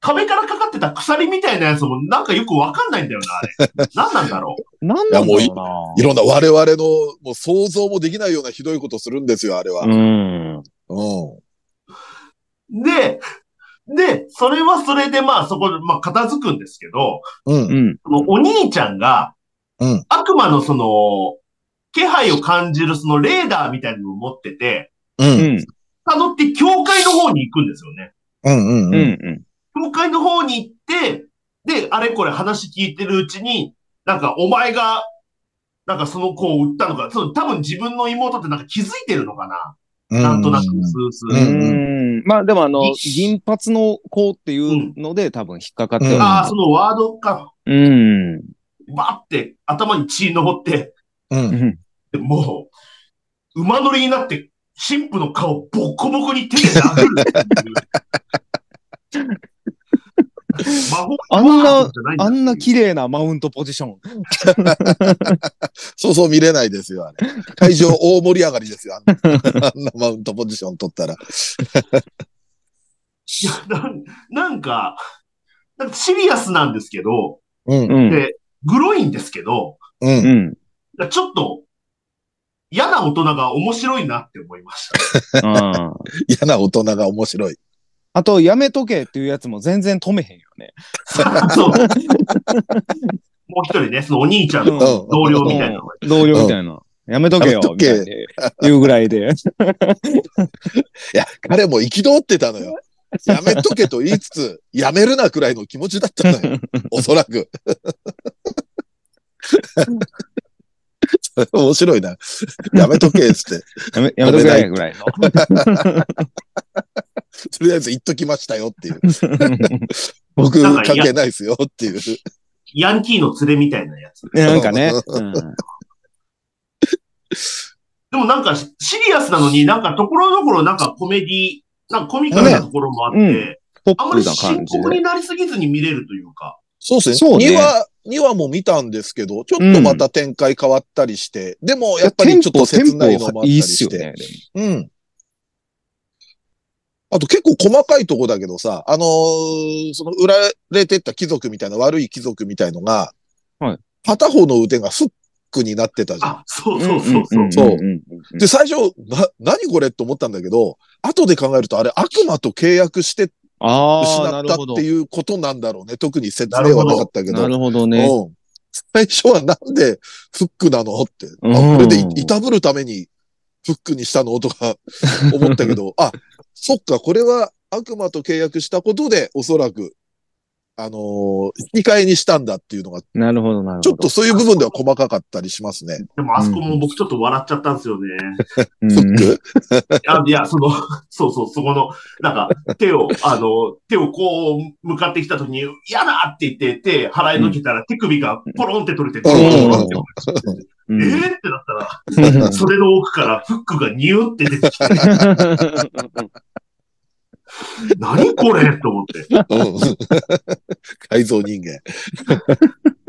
[SPEAKER 4] 壁からかかってた鎖みたいなやつもなんかよくわかんないんだよな、あれ。なんなんだろう。
[SPEAKER 3] なんなんだ
[SPEAKER 2] いや
[SPEAKER 3] ろ
[SPEAKER 2] いろんな我々のもう想像もできないようなひどいことするんですよ、あれは。
[SPEAKER 3] うな。うん。
[SPEAKER 2] うん。
[SPEAKER 4] で、で、それはそれでまあそこで、まあ片付くんですけど、
[SPEAKER 2] うん。
[SPEAKER 3] うん。
[SPEAKER 4] そのお兄ちゃんが
[SPEAKER 2] うん、
[SPEAKER 4] 悪魔のその、気配を感じるそのレーダーみたいなのを持ってて、
[SPEAKER 2] う。
[SPEAKER 3] うんん。
[SPEAKER 4] 辿って教会の方に行くんですよね。
[SPEAKER 2] うん。う
[SPEAKER 3] う
[SPEAKER 2] ん。
[SPEAKER 3] ん。
[SPEAKER 4] 教会の方に行って、で、あれこれ話聞いてるうちに、なんかお前が、なんかその子を売ったのか、そう多分自分の妹ってなんか気づいてるのかな、
[SPEAKER 2] うん。
[SPEAKER 4] なんとなく、スー
[SPEAKER 3] う
[SPEAKER 4] スー。
[SPEAKER 3] ん。まあでもあの
[SPEAKER 4] い、
[SPEAKER 3] 銀髪の子っていうので多分引っかかって
[SPEAKER 2] うん
[SPEAKER 4] ああ、そのワードか、
[SPEAKER 3] る。うん。
[SPEAKER 4] バーって頭に血登って、
[SPEAKER 2] うん。
[SPEAKER 3] うん
[SPEAKER 4] でもう、馬乗りになって、神父の顔ボコボコに手で 殴るっていう。魔法
[SPEAKER 3] あんな
[SPEAKER 4] ワードじゃいだ
[SPEAKER 3] あんな綺麗なマウントポジション。
[SPEAKER 2] そうそう見れないですよ、あ れ。会場大盛り上がりですよ、あんなあんなマウントポジション取ったら。
[SPEAKER 4] いやなんなんか、なんかシリアスなんですけど、
[SPEAKER 2] うん。
[SPEAKER 3] ん。
[SPEAKER 4] グロいんですけど、
[SPEAKER 2] う。
[SPEAKER 3] うんん。
[SPEAKER 4] ちょっと嫌な大人が面白いなって思いました。
[SPEAKER 3] あ
[SPEAKER 2] 嫌な大人が面白い。
[SPEAKER 3] あと、やめとけっていうやつも全然止めへんよね。
[SPEAKER 4] そうもう一人ね、そのお兄ちゃん
[SPEAKER 2] う
[SPEAKER 4] の
[SPEAKER 2] ん。
[SPEAKER 4] 同僚みたいなのが
[SPEAKER 3] 同僚みたいな。やめとけ
[SPEAKER 2] や
[SPEAKER 3] よ
[SPEAKER 2] めと
[SPEAKER 3] み
[SPEAKER 2] け
[SPEAKER 3] たいに言うぐらいで。
[SPEAKER 2] いや、彼も憤ってたのよ。やめとけと言いつつ、やめるなくらいの気持ちだったの よ。おそらく。それ面白いな。やめとけっつって。
[SPEAKER 3] やめやめとけよぐらいの。
[SPEAKER 2] とりあえず言っときましたよっていう。僕関係ないですよっていう。
[SPEAKER 4] ヤンキーの連れみたいなやつ。
[SPEAKER 3] ねなんかね。うん
[SPEAKER 4] でもなんかシリアスなのになんかところどころなんかコメディ、なんかコミカルなところもあって、
[SPEAKER 3] ねポ
[SPEAKER 4] あん
[SPEAKER 3] ッ
[SPEAKER 4] ま
[SPEAKER 3] プ
[SPEAKER 4] り
[SPEAKER 3] な感
[SPEAKER 4] 深
[SPEAKER 3] じ
[SPEAKER 4] 刻
[SPEAKER 3] で。
[SPEAKER 4] になりすぎずに見れるというか。
[SPEAKER 2] そうです
[SPEAKER 3] そう
[SPEAKER 2] ね。
[SPEAKER 3] ね
[SPEAKER 2] 2話、2話も見たんですけど、ちょっとまた展開変わったりして、でもやっぱりちょっと切ないのもあった
[SPEAKER 3] いい
[SPEAKER 2] り
[SPEAKER 3] っす
[SPEAKER 2] し
[SPEAKER 3] よ
[SPEAKER 2] て。
[SPEAKER 3] ね。でも
[SPEAKER 2] うん。あと結構細かいとこだけどさ、あのーその売られてった貴族みたいな、悪い貴族みたいのが、
[SPEAKER 3] はい
[SPEAKER 2] 片方の腕がフックになってたじゃん。
[SPEAKER 4] あ、そうそうそうそう。
[SPEAKER 3] んんん
[SPEAKER 2] そう
[SPEAKER 3] うんうん
[SPEAKER 2] で、最初、な、何これって思ったんだけど、後で考えると、あれ、悪魔と契約して失
[SPEAKER 3] ああ、な
[SPEAKER 2] っ
[SPEAKER 3] る
[SPEAKER 2] たっ
[SPEAKER 3] ほど
[SPEAKER 2] て。いうことなんだろうね。特に説明はなかったけど。
[SPEAKER 3] なるほどね。
[SPEAKER 2] うん。最初はなんでフックなのって。あ、
[SPEAKER 3] うん
[SPEAKER 2] これでいいたぶるためにフックにしたのとか思ったけど、あ、そっか、これは悪魔と契約したことで、おそらく、あのー引き換えにしたんだっていうのが、
[SPEAKER 3] なるほど、なるほど。
[SPEAKER 2] ちょっとそういう部分では細かかったりします ね。
[SPEAKER 4] でもあそこも僕ちょっと笑っちゃったんですよね。
[SPEAKER 3] う
[SPEAKER 2] フ
[SPEAKER 3] ん、
[SPEAKER 2] ック
[SPEAKER 4] あいや、その、そうそう、そこの、なんか、手を、あの、手をこう、向かってきたときに、嫌だって言って、手、払いのけたら、手首がポロンって取れてて、
[SPEAKER 2] うん
[SPEAKER 3] う
[SPEAKER 4] え
[SPEAKER 3] ん
[SPEAKER 4] ーってなったら、それの奥からフックがニューって出てきて、何これと思って。
[SPEAKER 2] うん改造人間。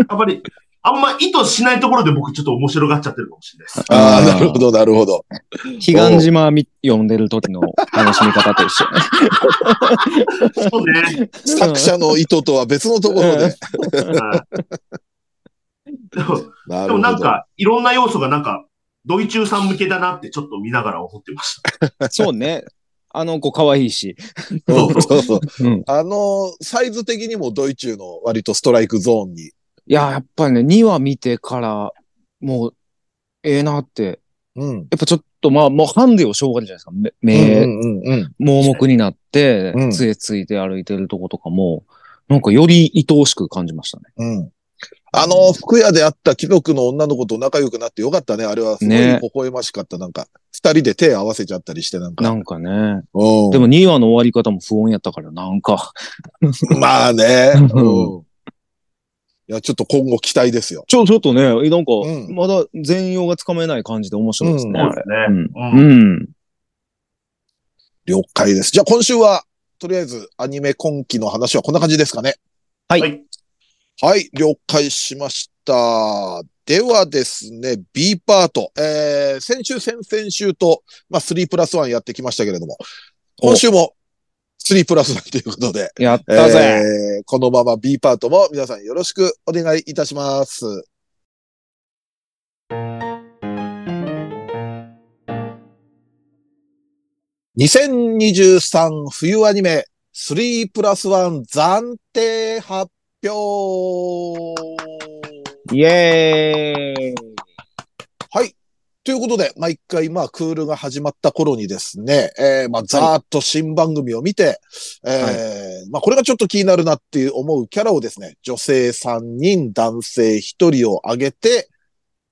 [SPEAKER 4] あんまり、あんま意図しないところで僕ちょっと面白がっちゃってるかもしれないです。
[SPEAKER 2] ああ、なるほど、なるほど。
[SPEAKER 3] 彼岸島み読んでる時の楽しみ方と一緒。
[SPEAKER 4] そうね。
[SPEAKER 2] 作者の意図とは別のところで。
[SPEAKER 4] はいでも
[SPEAKER 2] な
[SPEAKER 4] で
[SPEAKER 2] る
[SPEAKER 4] も
[SPEAKER 2] ほ
[SPEAKER 4] なん
[SPEAKER 2] ど。
[SPEAKER 4] か、いろんな要素がなんか、ドイ中さん向けだなってちょっと見ながら思ってました。
[SPEAKER 3] そうね。あの子可愛いし。
[SPEAKER 2] うんそうそう。
[SPEAKER 3] うん。
[SPEAKER 2] あの、サイズ的にもドイチューの割とストライクゾーンに。
[SPEAKER 3] いや、やっぱりね、2話見てから、もう、ええなって。
[SPEAKER 2] うん。
[SPEAKER 3] やっぱちょっと、まあ、もうハンデをしょうがないじゃないですか。め
[SPEAKER 2] うんう
[SPEAKER 3] 目、
[SPEAKER 2] んうんうん。
[SPEAKER 3] 盲目になって
[SPEAKER 2] うん、
[SPEAKER 3] 杖ついて歩いてるとことかも、なんかより愛おしく感じましたね。
[SPEAKER 2] うん。あの、服屋であった貴族の女の子と仲良くなってよかったね。あれはすごい
[SPEAKER 3] ね
[SPEAKER 2] 微笑ましかった。なんか、二人で手合わせちゃったりしてなんか。
[SPEAKER 3] なんかね。
[SPEAKER 2] うん。
[SPEAKER 3] でも2話の終わり方も不穏やったから、なんか。
[SPEAKER 2] まあね。
[SPEAKER 3] う
[SPEAKER 2] うんん。いや、ちょ、ちょっと今後期待ですよ。
[SPEAKER 3] ちょ、ちょっとね、えなんか、
[SPEAKER 2] うん
[SPEAKER 3] まだ全容がつかめない感じで面白いですね。
[SPEAKER 2] うん
[SPEAKER 3] あれ
[SPEAKER 4] ね
[SPEAKER 3] う
[SPEAKER 4] う
[SPEAKER 3] ん。
[SPEAKER 4] ん
[SPEAKER 3] うん。
[SPEAKER 2] 了解です。じゃあ今週は、とりあえずアニメ今期の話はこんな感じですかね。
[SPEAKER 3] はい
[SPEAKER 4] はい
[SPEAKER 2] はい、了解しました。ではですね、B パート。えー、先週、先々週と、まあ、3プラス1やってきましたけれども、今週も3プラス1ということで、
[SPEAKER 3] やっ
[SPEAKER 2] え
[SPEAKER 3] たぜ。
[SPEAKER 2] ーこのまま B パートも皆さんよろしくお願いいたします。2023冬アニメ3プラス1暫定発表
[SPEAKER 3] イエーイ。
[SPEAKER 2] はい。ということで、毎回、まあ、クールが始まった頃にですね、えー、まあ、ざーっと新番組を見て、えー、まあ、これがちょっと気になるなっていう思うキャラをですね、女性3人、男性1人を挙げて、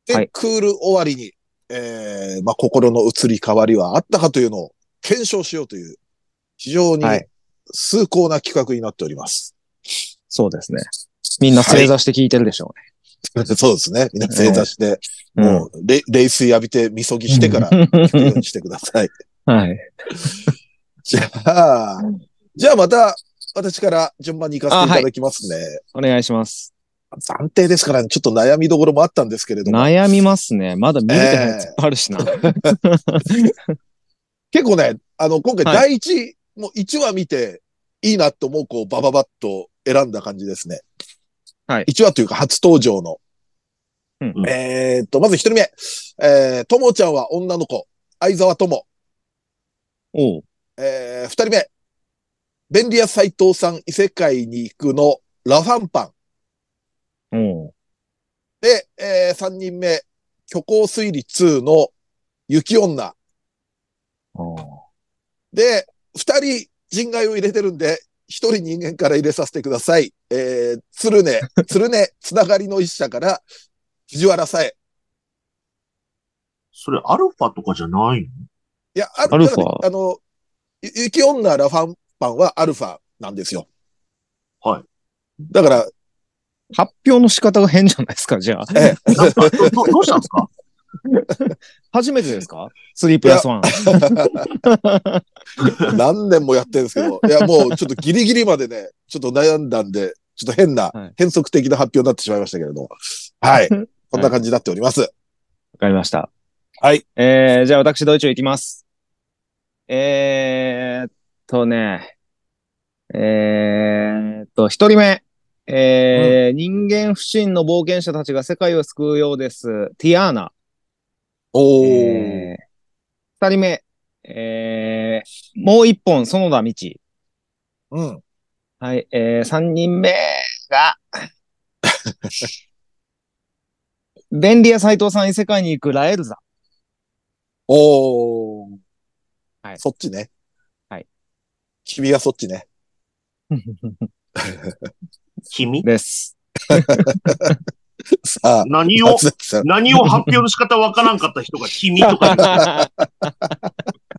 [SPEAKER 2] で、
[SPEAKER 3] はい
[SPEAKER 2] クール終わりに、えー、まあ、心の移り変わりはあったかというのを検証しようという、非常に
[SPEAKER 3] はい
[SPEAKER 2] 崇高な企画になっております。
[SPEAKER 3] そうですね。みんな正座して聞いてるでしょ
[SPEAKER 2] そうですね。皆正座して、
[SPEAKER 3] うね。
[SPEAKER 2] もう、れ冷水浴びて、みそぎしてから、聞くようにしてください。
[SPEAKER 3] うん。はい。
[SPEAKER 2] じゃあ、じゃあまた、私から順番に行かせていただきますね。
[SPEAKER 3] お願いします。
[SPEAKER 2] 暫定ですから、ね、ちょっと悩みどころもあったんですけれども。
[SPEAKER 3] 悩みますね。まだ見れてないやつ
[SPEAKER 2] え
[SPEAKER 3] い
[SPEAKER 2] え
[SPEAKER 3] っぱいあるしな。
[SPEAKER 2] 結構ね、あの、今回
[SPEAKER 3] は
[SPEAKER 2] 第一、もう1話見て、いいなと思う子をバババッと選んだ感じですね。
[SPEAKER 3] はい
[SPEAKER 2] 1話というか初登場の。
[SPEAKER 3] うん
[SPEAKER 2] えーっと、まず1人目。えー、ともちゃんは女の子。相沢とも。
[SPEAKER 3] おう。
[SPEAKER 2] えー、2人目。便利屋斎藤さん異世界に行くの。ラファンパン。
[SPEAKER 3] おう。
[SPEAKER 2] で、えー、3人目、虚構推理2の雪女。で、二人人外を入れてるんで、一人人間から入れさせてください。えー、鶴 ね、鶴ね、つながりの一社から、藤原さえ。
[SPEAKER 4] それアルファとかじゃない
[SPEAKER 2] いや、あ
[SPEAKER 3] アルファ
[SPEAKER 2] だからねあの、ゆ雪女ラファンパンはアルファなんですよ。
[SPEAKER 4] はい。
[SPEAKER 2] だから、
[SPEAKER 3] 発表の仕方が変じゃないですか、じゃあ。
[SPEAKER 4] のなんかどどどうしたんですか
[SPEAKER 3] 初めてですか ?3 プラス1。
[SPEAKER 2] 何年もやってるんですけど、いや、もうちょっとギリギリまでね、ちょっと悩んだんで、ちょっと変な
[SPEAKER 3] はい、
[SPEAKER 2] 変則的な発表になってしまいましたけれども。はい。こんな感じになっております。
[SPEAKER 3] わかりました。
[SPEAKER 2] はい。
[SPEAKER 3] えー、じゃあ私、ドイツ行きます。えーっとね、えーっと、一人目。えー人間不信の冒険者たちが世界を救うようです。ティアーナ。
[SPEAKER 2] おー。
[SPEAKER 3] えー二人目。えーもう一本、園田道。
[SPEAKER 2] うん。
[SPEAKER 3] はい。えー三人目 が、便利屋斎藤さん異世界に行くラエルザ。
[SPEAKER 2] おー。
[SPEAKER 3] はい
[SPEAKER 2] そっちね。
[SPEAKER 3] はい。君
[SPEAKER 2] 君はそっちね。
[SPEAKER 4] 君
[SPEAKER 3] です。
[SPEAKER 2] さあ、
[SPEAKER 4] 何を
[SPEAKER 2] 松、崎さん。
[SPEAKER 4] 何を発表の仕方わからんかった人が 君とか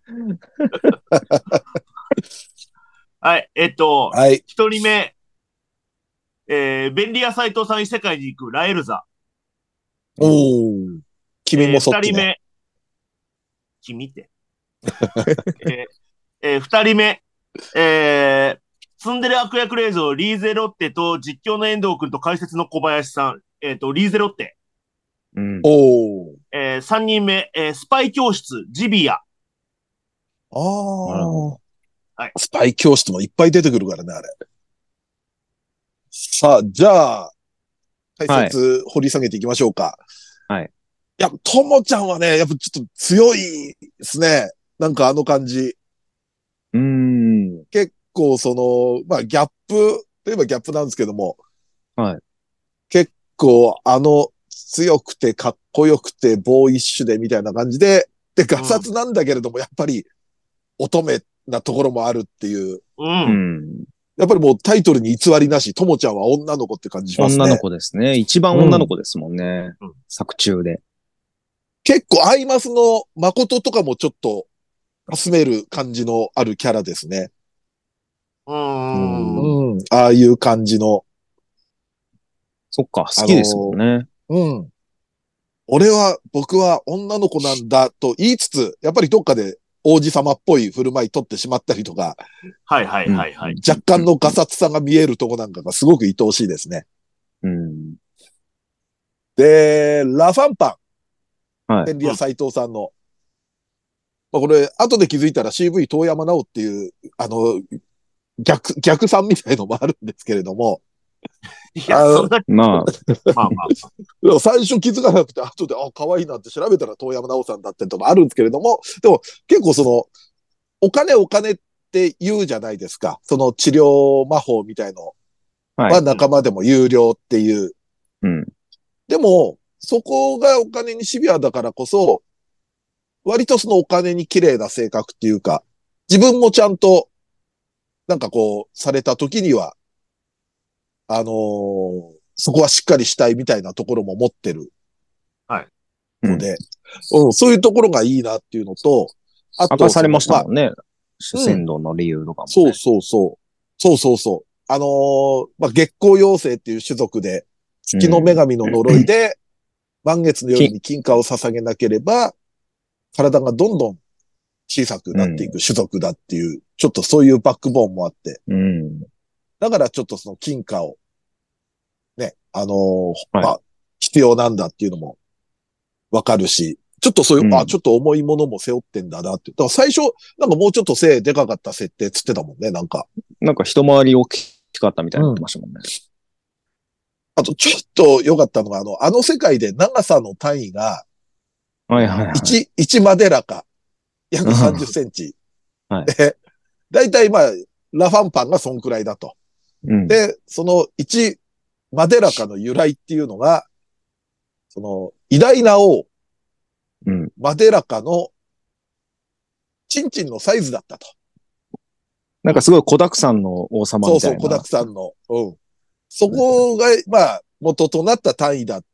[SPEAKER 4] 言う。はい、えっと、
[SPEAKER 2] はい。
[SPEAKER 4] 一人目。えー、便利屋斎藤さん異世界に行くラエルザ。
[SPEAKER 2] おー。君もそっ
[SPEAKER 4] えー二
[SPEAKER 2] ち
[SPEAKER 4] 人
[SPEAKER 2] ね。
[SPEAKER 4] 目。君って。 えーえー二人目。えー、ツンデレ悪役令嬢リーゼロッテと実況の遠藤くんと解説の小林さん。えっ、と、リーゼロッテ。
[SPEAKER 3] うん。
[SPEAKER 2] おー。
[SPEAKER 4] えー、三人目。えー、スパイ教室、ジビア。
[SPEAKER 2] あー。
[SPEAKER 4] はい
[SPEAKER 2] スパイ教室もいっぱい出てくるからね、あれ。さあ、じゃあ、解説掘り下げていきましょうか。
[SPEAKER 3] はい。
[SPEAKER 2] いや、ともちゃんはね、やっぱちょっと強いですね。なんかあの感じ。
[SPEAKER 3] うん。
[SPEAKER 2] 結構その、まあギャップ、といえばギャップなんですけども。
[SPEAKER 3] はい。
[SPEAKER 2] 結構あの強くてかっこよくてボーイッシュでみたいな感じで、で、ガサツなんだけれども、やっぱり乙女なところもあるっていう。
[SPEAKER 4] うん。
[SPEAKER 3] うん。
[SPEAKER 2] やっぱりもうタイトルに偽りなし、ともちゃんは女の子って感じしますね。
[SPEAKER 3] 女の子ですね。一番女の子ですもんね。
[SPEAKER 4] うん
[SPEAKER 3] 作中で。
[SPEAKER 2] 結構アイマスの誠とかもちょっと、かすめる感じのあるキャラですね。
[SPEAKER 4] うん。うん
[SPEAKER 2] うん。ああいう感じの。
[SPEAKER 3] そっか、好きですもんね。
[SPEAKER 2] うん。俺は、僕は女の子なんだと言いつつ、やっぱりどっかで王子様っぽい振る舞い取ってしまったりとか、
[SPEAKER 4] はいはいはいはい。
[SPEAKER 2] 若干のガサツさが見えるとこなんかがすごく愛おしいですね。
[SPEAKER 3] うん。
[SPEAKER 2] で、ラファンパン。
[SPEAKER 3] はい
[SPEAKER 2] 天理屋斎藤さんの。まあ、これ、後で気づいたら CV 遠山直っていう、あの、逆、逆さんみたいのもあるんですけれども、
[SPEAKER 4] いや、そんな、
[SPEAKER 3] まあ、
[SPEAKER 4] まあまあ。
[SPEAKER 2] でも最初気づかなくて、後で、あ、可愛いなって調べたら遠山直さんだってとかあるんですけれども、でも結構その、お金お金って言うじゃないですか。その治療魔法みたいの
[SPEAKER 3] は い
[SPEAKER 2] は仲間でも有料っていう。
[SPEAKER 3] うん。
[SPEAKER 2] でも、そこがお金にシビアだからこそ、割とそのお金に綺麗な性格っていうか、自分もちゃんと、なんかこう、された時には、あのーそこはしっかりしたいみたいなところも持ってる。
[SPEAKER 4] はい。
[SPEAKER 2] ので、うん、そういうところがいいなっていうのと、あ
[SPEAKER 3] 明かされまし
[SPEAKER 2] その
[SPEAKER 3] たもんね。主戦道の理由とかも、ね
[SPEAKER 2] そうそうそう。そうそうそう。あのーまあ、月光妖精っていう種族で、月の女神の呪いで、満月の夜に金貨を捧げなければ、体がどんどん小さくなっていく種族だっていう、ちょっとそういうバックボーンもあって、
[SPEAKER 3] うん。
[SPEAKER 2] だからちょっとその金貨を、ね、あのー
[SPEAKER 3] はい
[SPEAKER 2] まあ、必要なんだっていうのもわかるし、ちょっとそういう、
[SPEAKER 3] うん
[SPEAKER 2] あ、ちょっと重いものも背負ってんだなって。だから最初、なんかもうちょっと背でかかった設定つってたもんね、なんか。
[SPEAKER 3] なんか一回り大きかったみたいになってましたもんね。
[SPEAKER 2] あと、ちょっと良かったのが、あの、あの世界で長さの単位が
[SPEAKER 3] はいはいはい。
[SPEAKER 2] 1、一マデラか、約30センチ。
[SPEAKER 3] はい
[SPEAKER 2] で、だいたいまあ、ラファンパンがそんくらいだと。
[SPEAKER 3] うん、
[SPEAKER 2] で、その1マデラかの由来っていうのが、その、偉大な王、
[SPEAKER 3] うん。
[SPEAKER 2] マデラカの、チンチンのサイズだったと。
[SPEAKER 3] なんかすごい小沢さんの王様
[SPEAKER 2] そう
[SPEAKER 3] みた
[SPEAKER 2] そ、
[SPEAKER 3] いうな。
[SPEAKER 2] 小沢さんの。うん。そこが、まあ、元となった単位だっ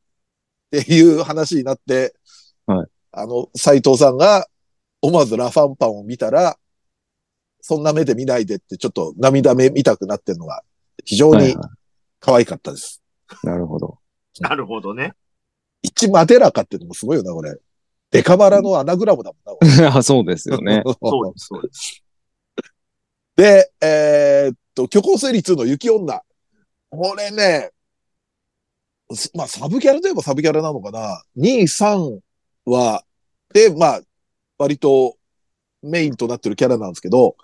[SPEAKER 2] ていう話になって、
[SPEAKER 3] はい。
[SPEAKER 2] あの、斎藤さんが、思わずラファンパンを見たら、そんな目で見ないでって、ちょっと涙目見たくなってるのが、非常
[SPEAKER 3] はい
[SPEAKER 2] に
[SPEAKER 3] は
[SPEAKER 2] 可愛かったです。
[SPEAKER 3] い。なるほど。
[SPEAKER 4] なるほどね。
[SPEAKER 2] 一マデラカってのもすごいよな、これ。デカバラのアナグラムだもんな、これ
[SPEAKER 3] あそうですよ ね。
[SPEAKER 4] そうです、そうです。
[SPEAKER 2] で、えーっと、虚構推理2の雪女。これね、すまあ、サブキャラといえばサブキャラなのかな。2、3は、で、まあ、割とメインとなってるキャラなんですけど、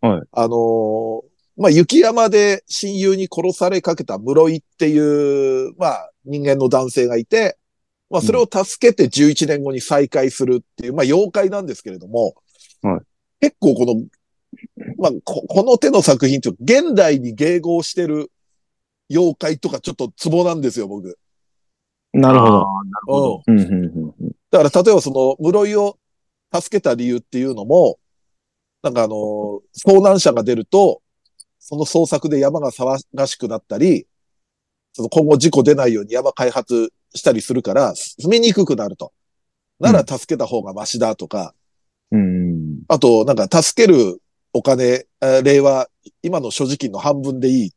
[SPEAKER 3] はい
[SPEAKER 2] あのーまあ、雪山で親友に殺されかけた室井っていう、まあ、人間の男性がいて、まあ、それを助けて11年後に再会するっていう、まあ、妖怪なんですけれども、
[SPEAKER 3] はい
[SPEAKER 2] 結構このまあ、ここの手の作品って現代に迎合してる妖怪とかちょっとツボなんですよ、僕。
[SPEAKER 3] な
[SPEAKER 4] な
[SPEAKER 3] るほど。。
[SPEAKER 4] なるほ
[SPEAKER 2] う
[SPEAKER 4] ど
[SPEAKER 2] ん。。
[SPEAKER 3] うんうんうんうん
[SPEAKER 2] だから例えばその、室井を助けた理由っていうのも、なんかあのー遭難者が出ると、その捜索で山が騒がしくなったり、その今後事故出ないように山開発したりするから、住みにくくなると。なら助けた方がマシだとか、
[SPEAKER 3] うん。
[SPEAKER 2] あと、なんか、助けるお金、えー例は、今の所持金の半分でいい。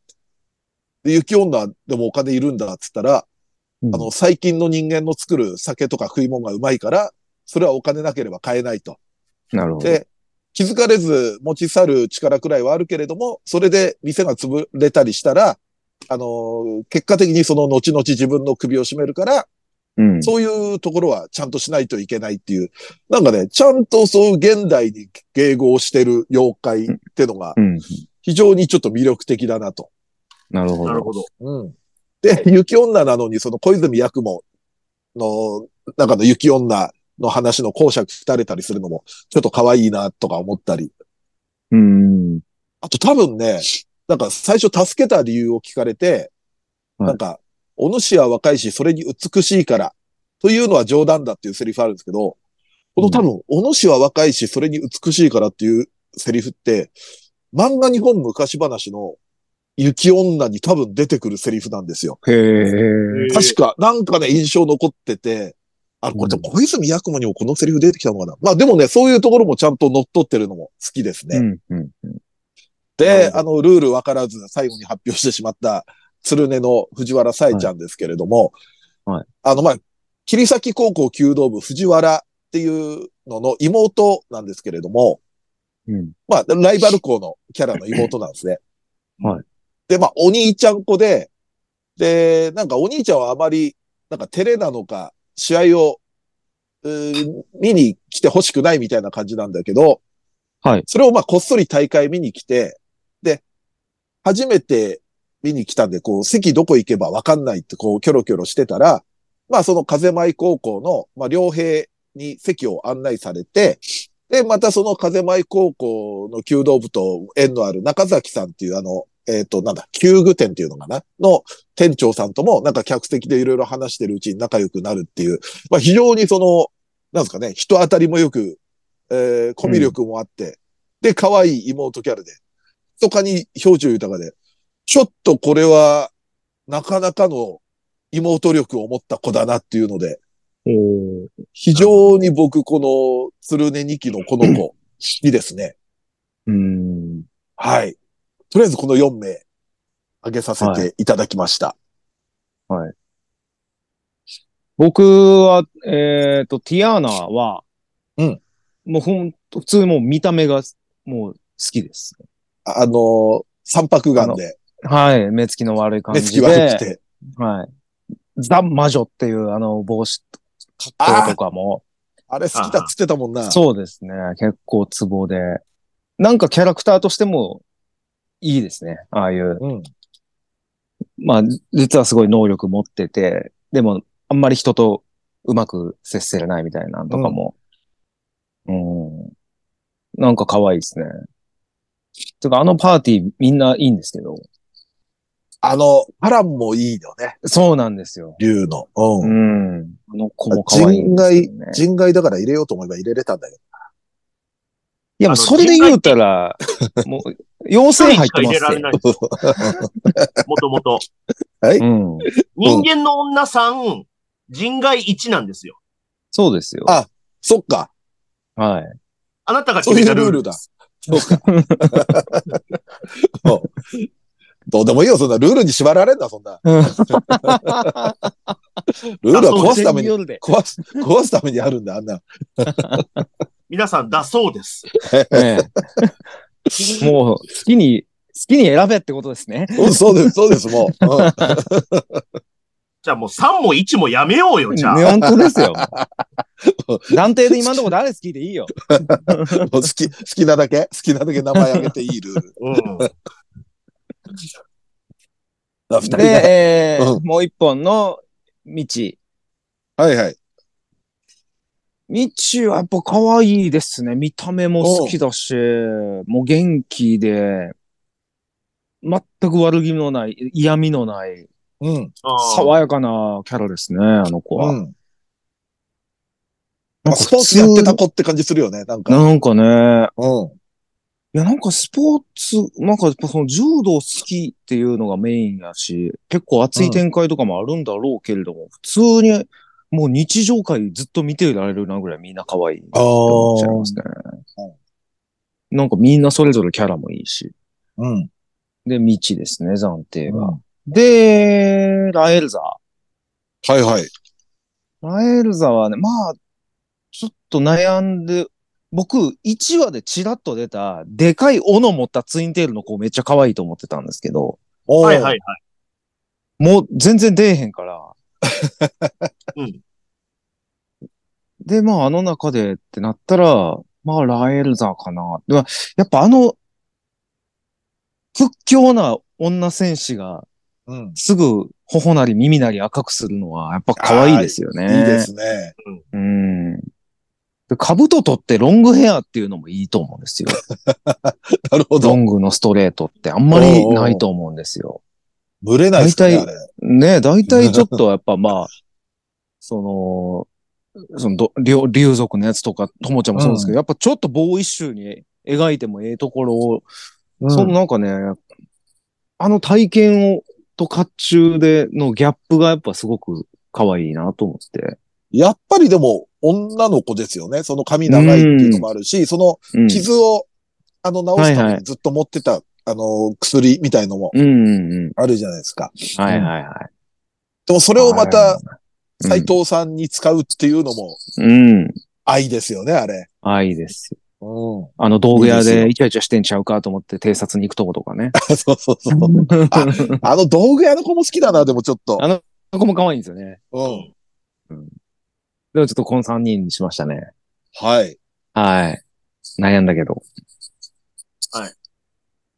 [SPEAKER 2] で、雪女でもお金いるんだっつったら、
[SPEAKER 3] うん
[SPEAKER 2] あの、最近の人間の作る酒とか食い物がうまいから、それはお金なければ買えないと。
[SPEAKER 3] なるほど。
[SPEAKER 2] で、気づかれず持ち去る力くらいはあるけれども、それで店が潰れたりしたら、あのー結果的にその後々自分の首を絞めるから、
[SPEAKER 3] うん。
[SPEAKER 2] そういうところはちゃんとしないといけないっていう、なんかね、ちゃんとそういう現代に迎合してる妖怪ってのが
[SPEAKER 3] うん。
[SPEAKER 2] 非常にちょっと魅力的だなと。
[SPEAKER 3] なるほど。
[SPEAKER 4] なるほど。
[SPEAKER 2] うん。で、雪女なのにその小泉八雲の中の雪女の話の公爵打たれたりするのもちょっと可愛いなとか思ったり。
[SPEAKER 3] うん。
[SPEAKER 2] あと多分ね、なんか最初助けた理由を聞かれて、
[SPEAKER 3] はい
[SPEAKER 2] なんか、お主は若いし、それに美しいから、というのは冗談だっていうセリフあるんですけど、この多分、お主は若いし、それに美しいからっていうセリフって、漫画日本昔話の雪女に多分出てくるセリフなんですよ。
[SPEAKER 3] へえ。
[SPEAKER 2] 確か、なんかね、印象残ってて、あ、これでも小泉八雲にもこのセリフ出てきたのかな。まあでもね、そういうところもちゃんと乗っ取ってるのも好きですね。
[SPEAKER 3] うん。うん。
[SPEAKER 2] で、あの、ルール分からず最後に発表してしまった、鶴根の藤原沙絵ちゃんですけれども、
[SPEAKER 3] はいはい
[SPEAKER 2] あの、まあ、桐崎高校弓道部藤原っていうのの妹なんですけれども、
[SPEAKER 3] うん。
[SPEAKER 2] まあ、ライバル校のキャラの妹なんですね。
[SPEAKER 3] はい
[SPEAKER 2] で、まあ、お兄ちゃん子で、で、なんかお兄ちゃんはあまり、なんか照れなのか、試合を、うー見に来て欲しくないみたいな感じなんだけど、
[SPEAKER 3] はい
[SPEAKER 2] それをまあ、こっそり大会見に来て、で、初めて見に来たんで、こう、席どこ行けばわかんないって、こう、キョロキョロしてたら、まあ、その風舞高校の、まあ、両兵に席を案内されて、で、またその風舞高校の弓道部と縁のある中崎さんっていうあの、えっ、と、なんだ、弓具店っていうのかなの店長さんともなんか客席でいろいろ話してるうちに仲良くなるっていう、まあ非常にその、なんですかね、人当たりもよく、えー、コミュ力もあって、で、可愛い妹キャラで、とかに表情豊かで、ちょっとこれは、なかなかの妹力を持った子だなっていうので、
[SPEAKER 3] お
[SPEAKER 2] 非常に僕、この、鶴根二期のこ の子、いいですね。
[SPEAKER 3] うん。
[SPEAKER 2] はい。とりあえずこの4名、挙げさせていただきました。
[SPEAKER 3] 僕は、えっ、と、ティアーナは、
[SPEAKER 2] うん。
[SPEAKER 3] もうほんと、普通にもう見た目が、もう好きです。
[SPEAKER 2] あのー、三白眼で、
[SPEAKER 3] はい。目つきの悪い感
[SPEAKER 2] 目つ
[SPEAKER 3] じで。
[SPEAKER 2] き悪くて。
[SPEAKER 3] はい。ザ・魔女っていうあの帽子、格好とかも。
[SPEAKER 2] あれ好きだっつってたもんな。
[SPEAKER 3] そうですね。結構ツボで。なんかキャラクターとしてもいいですね。ああいう。
[SPEAKER 2] うん。
[SPEAKER 3] まあ、実はすごい能力持ってて、でも、あんまり人とうまく接せれないみたいなのとかも。うん。なんか可愛いですね。てか、あのパーティーみんないいんですけど。
[SPEAKER 2] あの、パランもいいよね。
[SPEAKER 3] そうなんですよ。
[SPEAKER 2] 竜の。う。
[SPEAKER 3] うんん。あの子も可愛い
[SPEAKER 2] 人
[SPEAKER 3] んですよ
[SPEAKER 2] 外
[SPEAKER 3] ね、
[SPEAKER 2] 人外だから入れようと思えば入れれたんだけど。
[SPEAKER 3] いや、もうそれで言うたら、もう、妖精入って
[SPEAKER 4] 入
[SPEAKER 3] ま
[SPEAKER 4] れら
[SPEAKER 3] す
[SPEAKER 4] れ
[SPEAKER 3] よ。
[SPEAKER 4] ない。 もともと。
[SPEAKER 3] うん。
[SPEAKER 4] 人間の女3、人外1なんですよ。
[SPEAKER 3] そうですよ。
[SPEAKER 2] あそっか。
[SPEAKER 3] はい。
[SPEAKER 4] あなたが
[SPEAKER 2] そう
[SPEAKER 4] 決
[SPEAKER 2] い
[SPEAKER 4] め
[SPEAKER 2] う
[SPEAKER 4] た
[SPEAKER 2] ル
[SPEAKER 4] ルー
[SPEAKER 2] ー
[SPEAKER 4] ル
[SPEAKER 2] ルだ。そうか。うんどうでもいいよ、そんな。ルールに縛られんな、そんな。ルールは壊すために、
[SPEAKER 3] 夜で。
[SPEAKER 2] 壊す、壊すためにあるんだ、あんな。
[SPEAKER 4] 皆さんだそうです。
[SPEAKER 3] え えもう、好きに、好きに選べってことですね。
[SPEAKER 2] うん、そうです、そうです、もう。うん
[SPEAKER 4] じゃあもう3も1もやめようよ、じゃあ。
[SPEAKER 3] 本当ですよ。 断定で今のところ誰好きでいいよ。
[SPEAKER 2] もう好き、好きなだけ、好きなだけ名前あげていいルール。
[SPEAKER 4] うん。
[SPEAKER 2] 二人
[SPEAKER 3] で、
[SPEAKER 2] で。
[SPEAKER 3] えー
[SPEAKER 2] う
[SPEAKER 3] もう一本の道。
[SPEAKER 2] はいはい。
[SPEAKER 3] 道はやっぱ可愛いですね。見た目も好きだし、もう元気で、全く悪気のない、嫌味のない、
[SPEAKER 2] うん。
[SPEAKER 3] 爽やかなキャラですね、あの子は。
[SPEAKER 2] うん。
[SPEAKER 3] なんか
[SPEAKER 2] スポーツやってた子って感じするよね、なんか。
[SPEAKER 3] なんかね、
[SPEAKER 2] うん。
[SPEAKER 3] いや、なんかスポーツ、なんかやっぱその柔道好きっていうのがメインやし、結構熱い展開とかもあるんだろうけれども、普通にもう日常会ずっと見ていられるなぐらいみんな可愛いって
[SPEAKER 2] あ
[SPEAKER 3] 思っちゃい
[SPEAKER 2] あ
[SPEAKER 3] ますね。なんかみんなそれぞれキャラもいいし。
[SPEAKER 2] うん。
[SPEAKER 3] で、未知ですね、暫定が。で、ラエルザ。
[SPEAKER 2] はいはい。
[SPEAKER 3] ラエルザはね、まあ、ちょっと悩んで、僕、1話でチラッと出た、でかい斧持ったツインテールの子めっちゃ可愛いと思ってたんですけど、
[SPEAKER 2] おー
[SPEAKER 4] はいはいはい。
[SPEAKER 3] もう全然出えへんから。
[SPEAKER 4] うん
[SPEAKER 3] で、まあ、あの中でってなったら、まあ、ラエルザかな。でもやっぱあの、屈強な女戦士が、
[SPEAKER 2] うん。
[SPEAKER 3] すぐ、頬なり耳なり赤くするのは、やっぱ可愛いですよね。
[SPEAKER 2] いいですね。
[SPEAKER 3] うん。で、兜取ってロングヘアっていうのもいいと思うんで すよ。
[SPEAKER 2] なるほ
[SPEAKER 3] ロ
[SPEAKER 2] ど。
[SPEAKER 3] ングのストレートってあんまりないと思うんですよ。
[SPEAKER 2] ぶれないですね、あ
[SPEAKER 3] 大
[SPEAKER 2] れ。
[SPEAKER 3] ねえ、大体ちょっとやっぱまあ、 その、そのど、竜竜族のやつとか、ともちゃんもそうですけど、やっぱちょっとボーイッシュに描いてもええところを、
[SPEAKER 2] う
[SPEAKER 3] そ
[SPEAKER 2] ん
[SPEAKER 3] のなんかね、あの体験を、と甲冑でのギャップがやっぱすごく可愛いなと思って。
[SPEAKER 2] やっぱりでも、女の子ですよね。その髪長いっていうのもあるし、その
[SPEAKER 3] うん。
[SPEAKER 2] 傷を、あの、治すた
[SPEAKER 3] はい
[SPEAKER 2] め
[SPEAKER 3] は
[SPEAKER 2] にずっと持ってた、あの、薬みたいのも
[SPEAKER 3] うんうんうん。
[SPEAKER 2] あるじゃないですか。
[SPEAKER 3] はいはいはい。
[SPEAKER 2] でもそれをまた、
[SPEAKER 3] うん
[SPEAKER 2] 斎藤さんに使うっていうのも
[SPEAKER 3] うん。
[SPEAKER 2] 愛ですよね、あれ。
[SPEAKER 3] 愛です。
[SPEAKER 2] うん。
[SPEAKER 3] あの道具屋
[SPEAKER 2] いいです
[SPEAKER 3] で
[SPEAKER 2] よ
[SPEAKER 3] イチャイチャしてんちゃうかと思って偵察に行くとこと かね。
[SPEAKER 2] そうそうそう。ああの道具屋の子も好きだな、でもちょっと。
[SPEAKER 3] そこも可愛いんですよね。
[SPEAKER 2] うん。
[SPEAKER 3] でもちょっとこの3人にしましたね。
[SPEAKER 2] はい。
[SPEAKER 3] はい。悩んだけど。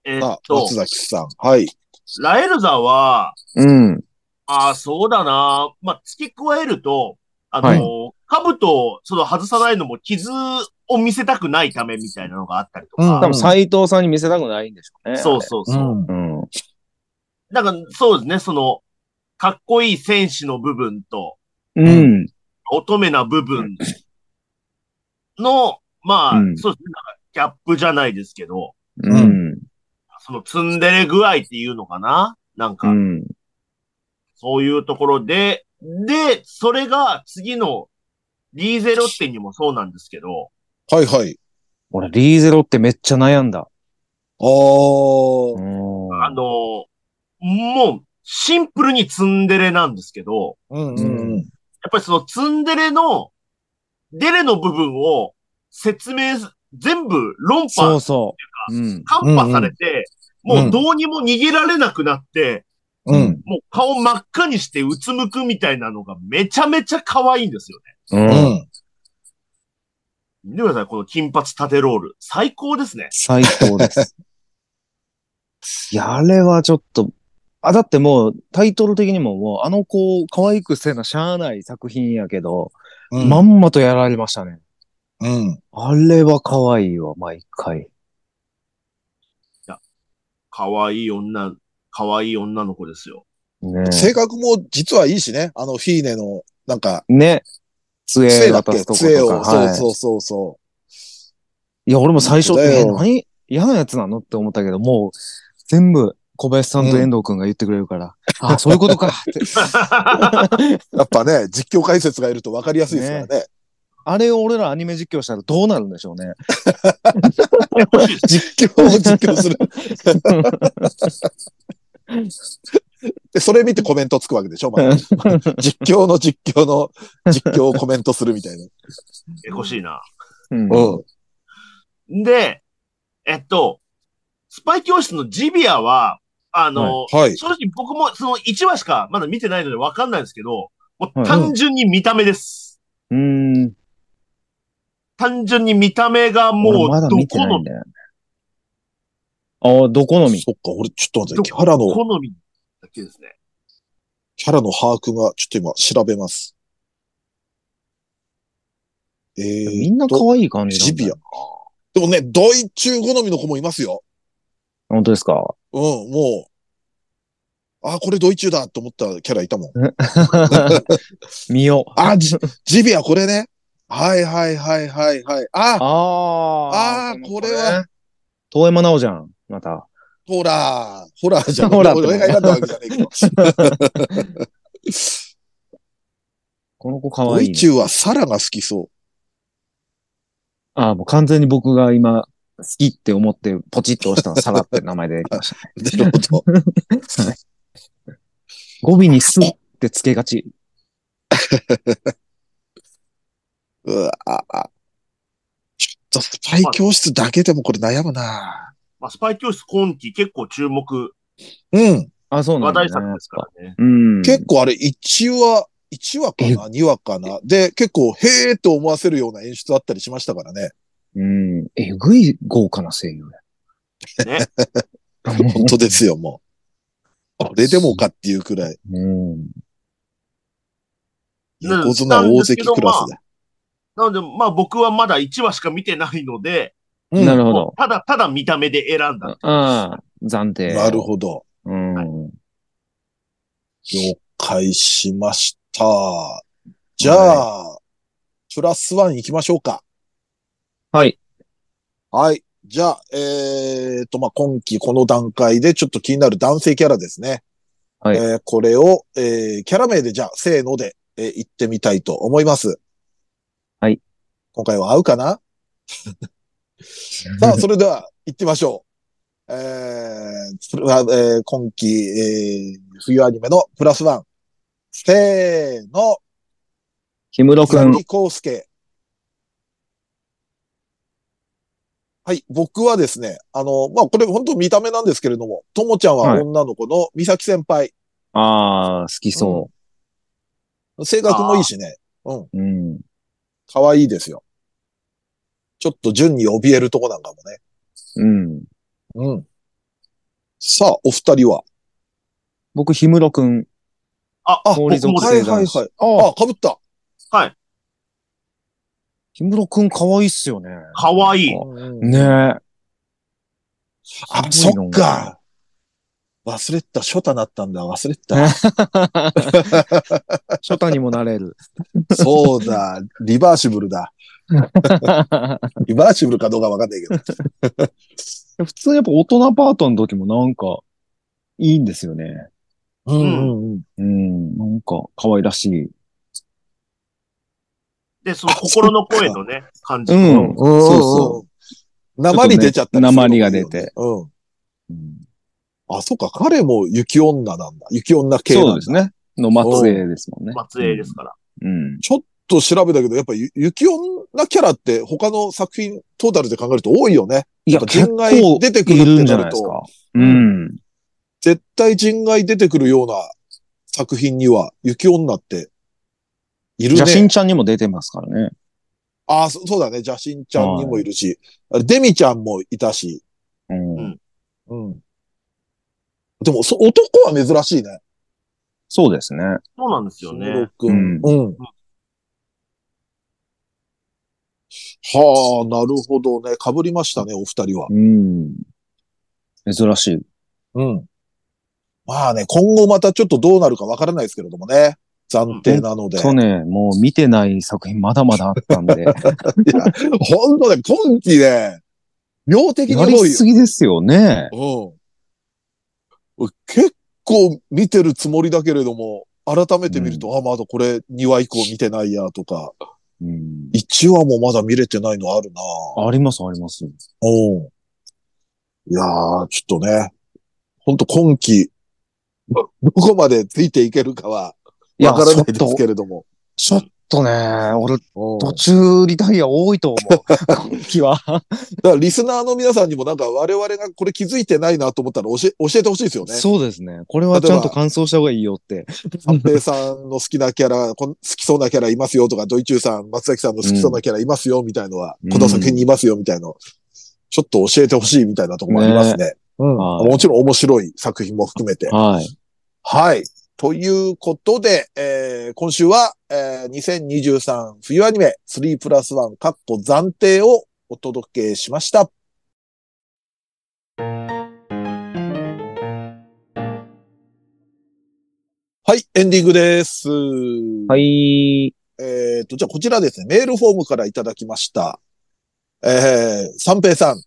[SPEAKER 4] えー
[SPEAKER 2] あ
[SPEAKER 4] っ、と
[SPEAKER 2] 松、崎さん。はい。
[SPEAKER 4] ラエルザは、
[SPEAKER 3] うん。
[SPEAKER 4] ああ、そうだな。まあ、付け加えると、あ
[SPEAKER 3] は
[SPEAKER 4] の、兜をその外さないのも傷を見せたくないためみたいなのがあったりとか。
[SPEAKER 2] うん
[SPEAKER 3] 多分斎藤さんに見せたくないんでしょうね。
[SPEAKER 4] そうそうそう。
[SPEAKER 2] ん
[SPEAKER 3] う。ん。
[SPEAKER 4] なんか、そうですね、その、かっこいい戦士の部分と、
[SPEAKER 3] うん。
[SPEAKER 4] 乙女な部分の、まあ、
[SPEAKER 3] うん
[SPEAKER 4] そうですね、なんかギャップじゃないですけど、
[SPEAKER 3] うん。うん。
[SPEAKER 4] そのツンデレ具合っていうのかななんか、
[SPEAKER 3] うん。
[SPEAKER 4] そういうところで、で、それが次の D0 ってにもそうなんですけど、
[SPEAKER 2] はいはい。
[SPEAKER 3] 俺、リーゼロってめっちゃ悩んだ。
[SPEAKER 2] あー。
[SPEAKER 3] うん。
[SPEAKER 4] あの、もう、シンプルにツンデレなんですけど、
[SPEAKER 2] うん
[SPEAKER 3] う
[SPEAKER 2] うん。
[SPEAKER 4] やっぱりそのツンデレの、デレの部分を説明す、全部論
[SPEAKER 3] そう
[SPEAKER 4] 破、
[SPEAKER 3] そう。うん。
[SPEAKER 4] カンパされて、
[SPEAKER 2] うんうん
[SPEAKER 4] もうどうにも逃げられなくなって、
[SPEAKER 2] うん。
[SPEAKER 4] もう顔真っ赤にしてうつむくみたいなのがめちゃめちゃ可愛いんですよね。
[SPEAKER 3] う。
[SPEAKER 2] うんん。
[SPEAKER 4] 見てください、この金髪縦ロール。最高ですね。
[SPEAKER 3] 最 高です。いや、あれはちょっと、あ、だってもうタイトル的にももうあの子を可愛くせなしゃあない作品やけど、
[SPEAKER 2] うん
[SPEAKER 3] まんまとやられましたね。
[SPEAKER 2] うん。
[SPEAKER 3] あれは可愛いわ、毎回。
[SPEAKER 4] 可愛い女、可愛い女の子ですよ。
[SPEAKER 3] ね
[SPEAKER 2] 性格も実はいいしね。あの、フィーネの、なんか、
[SPEAKER 3] ね。杖
[SPEAKER 2] 杖だっ
[SPEAKER 3] 渡
[SPEAKER 2] け
[SPEAKER 3] すとこ
[SPEAKER 2] 杖
[SPEAKER 3] と
[SPEAKER 2] を、
[SPEAKER 3] か。
[SPEAKER 2] そう
[SPEAKER 3] はい
[SPEAKER 2] そうそうそ
[SPEAKER 3] いや、俺も最初、
[SPEAKER 2] だ
[SPEAKER 3] え、
[SPEAKER 2] よ
[SPEAKER 3] 何嫌なやつなのって思ったけど、もう、全部、小林さんと遠藤くんが言ってくれ るから、あ、そういうことかって。
[SPEAKER 2] う。やっぱね、実況解説がいると分かりやすいですからね。
[SPEAKER 3] あれを俺らアニメ実況したらどうなるんでしょうね。
[SPEAKER 4] 欲しいです
[SPEAKER 2] 実況を実況す る。で、それ見てコメントつくわけでしょ、まだ実況の実況の実況をコメントするみたいな。
[SPEAKER 4] えこしいな。
[SPEAKER 3] うん
[SPEAKER 2] うん。
[SPEAKER 4] で、えっと、スパイ教室のジビアは、あの、
[SPEAKER 2] はい。
[SPEAKER 4] 正直僕もその1話しかまだ見てないのでわかんないですけど、も
[SPEAKER 3] は
[SPEAKER 4] う
[SPEAKER 3] い
[SPEAKER 4] 単純に見た目です。
[SPEAKER 3] うん。
[SPEAKER 4] 単純に見た目がも
[SPEAKER 3] 俺
[SPEAKER 4] う
[SPEAKER 3] まだ
[SPEAKER 4] ど
[SPEAKER 3] 見てな
[SPEAKER 4] こ
[SPEAKER 3] い
[SPEAKER 4] の
[SPEAKER 3] ん、だよね。ああ、どこのみ。
[SPEAKER 2] そっか、俺ちょっと待っ
[SPEAKER 4] ど
[SPEAKER 2] て、キャラの、
[SPEAKER 4] 好みだけですね。
[SPEAKER 2] キャラの把握が、ちょっと今調べます。えー、
[SPEAKER 3] みんな可愛い感じ
[SPEAKER 2] ジ
[SPEAKER 3] なんだ
[SPEAKER 2] ビア。でもね、ドイ中好みの子もいますよ。
[SPEAKER 3] 本当です か
[SPEAKER 2] うん、もう。あ、これドイ中だと思ったキャラいたもん。
[SPEAKER 3] 見よう。
[SPEAKER 2] あ、ジジビアこれね。はいはいはいはいはい。あ、
[SPEAKER 3] あ
[SPEAKER 2] あーこれは。
[SPEAKER 3] 遠山奈緒じゃん、また。
[SPEAKER 2] ほら、ほらじゃん。
[SPEAKER 3] ほらって
[SPEAKER 2] 俺が選んだわけじゃねえ けど。
[SPEAKER 3] この子可
[SPEAKER 2] ド
[SPEAKER 3] 愛い
[SPEAKER 2] イ
[SPEAKER 3] ね、
[SPEAKER 2] 中はサラが好き そう。
[SPEAKER 3] ああ、もう完全に僕が今、好きって思って、ポチッと押したの、サラって名前で来ました。
[SPEAKER 2] なるほど。
[SPEAKER 3] 語尾にすってつけがち。
[SPEAKER 2] うわあちょっとスパイ教室だけでもこれ悩むな
[SPEAKER 4] まあ、スパイ教室今期結構注目、
[SPEAKER 2] うん。
[SPEAKER 3] あ、そうな
[SPEAKER 4] 話
[SPEAKER 3] んだ、ね。
[SPEAKER 4] 題作ですからね。
[SPEAKER 3] うん。
[SPEAKER 2] 結構あれ1話、1話か
[SPEAKER 3] え
[SPEAKER 2] な ?2 話かなで、結構、へーと思わせるような演出あったりしましたからね。
[SPEAKER 3] うん。えぐい豪華な声優
[SPEAKER 4] ね。
[SPEAKER 3] や。
[SPEAKER 2] 本当ですよ、 もう。あれでもかっていうくらい、
[SPEAKER 3] うん。
[SPEAKER 4] うん
[SPEAKER 2] 横綱大関クラスで。
[SPEAKER 4] なので、まあ僕はまだ1話しか見てないので、
[SPEAKER 2] うん
[SPEAKER 3] なるほ
[SPEAKER 4] も
[SPEAKER 3] ど
[SPEAKER 4] う。ただただ見た目で選んだ。
[SPEAKER 3] ああ、暫定。
[SPEAKER 2] なるほど。
[SPEAKER 3] ど。うん。
[SPEAKER 2] 了解しました。じゃあ、プラスワン行きましょうか。
[SPEAKER 3] はい。
[SPEAKER 2] はい。じゃあ、えー、と、まあ、今期この段階でちょっと気になる男性キャラですね。
[SPEAKER 3] はい
[SPEAKER 2] えーこれを、えー、キャラ名でじゃあ、せーので、えー、行ってみたいと思います。
[SPEAKER 3] はい。
[SPEAKER 2] 今回は合うかなさあ、それでは行ってみましょう。 えー、それは、えー今期、えー、冬アニメのプラスワン。せーの、
[SPEAKER 3] 木室く
[SPEAKER 2] 佐
[SPEAKER 3] ん
[SPEAKER 2] 々。木康介。はい、僕はですね、あの、まあ、これ本当見た目なんですけれども、ともちゃん
[SPEAKER 3] は
[SPEAKER 2] はい女の子の美咲先輩。
[SPEAKER 3] ああ、好きそ
[SPEAKER 2] 性格もいいしね、
[SPEAKER 3] う。うん。
[SPEAKER 2] 可愛いですよ。ちょっと順に怯えるとこなんかもね。
[SPEAKER 3] うん。
[SPEAKER 2] うん。さあ、お二人は
[SPEAKER 3] 僕、氷室くん。
[SPEAKER 4] あ、
[SPEAKER 2] あ、
[SPEAKER 3] 氷属
[SPEAKER 2] は
[SPEAKER 3] 性
[SPEAKER 2] いはい
[SPEAKER 3] 男子
[SPEAKER 2] はい。あ、かぶった。
[SPEAKER 3] 氷室くん可愛いっすよね。
[SPEAKER 4] かわいい。
[SPEAKER 3] ねえ。
[SPEAKER 2] あ、
[SPEAKER 3] すご
[SPEAKER 2] そ
[SPEAKER 3] いな
[SPEAKER 2] っか。忘れてた。ショタなったんだ。忘れてた。
[SPEAKER 3] 初太にもなれる。
[SPEAKER 2] そうだ。リバーシブル だ。リバーシブルかどうかわかんないけど。
[SPEAKER 3] 普通やっぱ大人パートの時もなんか、いいんですよね。
[SPEAKER 2] うんんうん。。
[SPEAKER 3] うん。なんか、可愛らしい。
[SPEAKER 4] で、その心の声のね、感じ。
[SPEAKER 3] うんそうそう
[SPEAKER 2] 鉛出ちゃったりするのもいいよね
[SPEAKER 3] ちょっとね鉛が出て。
[SPEAKER 2] うん。
[SPEAKER 3] うん
[SPEAKER 2] あ、そっか。彼も雪女なんだ。雪女系
[SPEAKER 3] そう
[SPEAKER 2] なん
[SPEAKER 3] で
[SPEAKER 2] だ。
[SPEAKER 3] すね。の末裔ですもんね。
[SPEAKER 4] 末裔ですから。
[SPEAKER 3] うん。
[SPEAKER 2] ちょっと調べたけど、やっぱゆ雪女キャラって他の作品トータルで考えると多いよね。
[SPEAKER 3] いや、
[SPEAKER 2] やっぱ
[SPEAKER 3] 結
[SPEAKER 2] 人外
[SPEAKER 3] 構
[SPEAKER 2] 出てくるってなると
[SPEAKER 3] いんじゃないですか。うん。
[SPEAKER 2] 絶対人外出てくるような作品には雪女っている
[SPEAKER 3] じゃあ、しん
[SPEAKER 2] ね。
[SPEAKER 3] ちゃんにも出てますからね。
[SPEAKER 2] あ、そそうだね。邪神ちゃんにもいるし、あれデミちゃんもいたし。
[SPEAKER 3] うん。
[SPEAKER 4] うん
[SPEAKER 2] うん。でも、そ、男は珍しいね。
[SPEAKER 3] そうですね。
[SPEAKER 4] そうなんですよね。
[SPEAKER 2] くん。
[SPEAKER 3] う
[SPEAKER 2] うん。はあ、なるほどね。被りましたね、お二人は。
[SPEAKER 3] うん。珍しい。
[SPEAKER 2] うん。まあね、今後またちょっとどうなるかわからないですけれどもね。暫定なので。
[SPEAKER 3] そうね、もう見てない作品まだまだあった んで、
[SPEAKER 2] いや、ほんとね、今季ね、量的に
[SPEAKER 3] や
[SPEAKER 2] 多
[SPEAKER 3] り
[SPEAKER 2] い
[SPEAKER 3] すぎですよね。
[SPEAKER 2] よ。うん。結構見てるつもりだけれども、改めて見ると、あ、まだこれ2話以降見てないやとか、
[SPEAKER 3] うん、
[SPEAKER 2] 1話もまだ見れてないのあるな
[SPEAKER 3] あります、あります。
[SPEAKER 2] うん。いやー、ちょっとね、ほんと今季、どどこまでついていけるかは、
[SPEAKER 3] いや
[SPEAKER 2] わからない
[SPEAKER 3] ちょっ
[SPEAKER 2] で
[SPEAKER 3] と
[SPEAKER 2] すけれども。
[SPEAKER 3] ちょっとね、俺、
[SPEAKER 2] うん
[SPEAKER 3] 途中リタイア多いと思う。今季は。
[SPEAKER 2] だからリスナーの皆さんにもなんか我々がこれ気づいてないなと思ったら教え教えてほしいですよね。
[SPEAKER 3] そうですね。これはちゃんと感想した方がいいよって。
[SPEAKER 2] 三平さんの好きなキャラ、こん好きそうなキャラいますよとか、ドイチューさん、松崎さんの好きそうなキャラいますよみたいのは、
[SPEAKER 3] うん
[SPEAKER 2] この作品にいますよみたいの、ちょっと教えてほしいみたいなところもありますね。うん、
[SPEAKER 3] はい
[SPEAKER 2] もちろん面白い作品も含めて。
[SPEAKER 3] はい。
[SPEAKER 2] はい。ということで、えー今週は、えー2023冬アニメ3プラス1カッコ暫定をお届けしました。はい、エンディングです。
[SPEAKER 3] はい。
[SPEAKER 2] えっと、じゃあこちらですね、メールフォームからいただきました。えー、三平さん、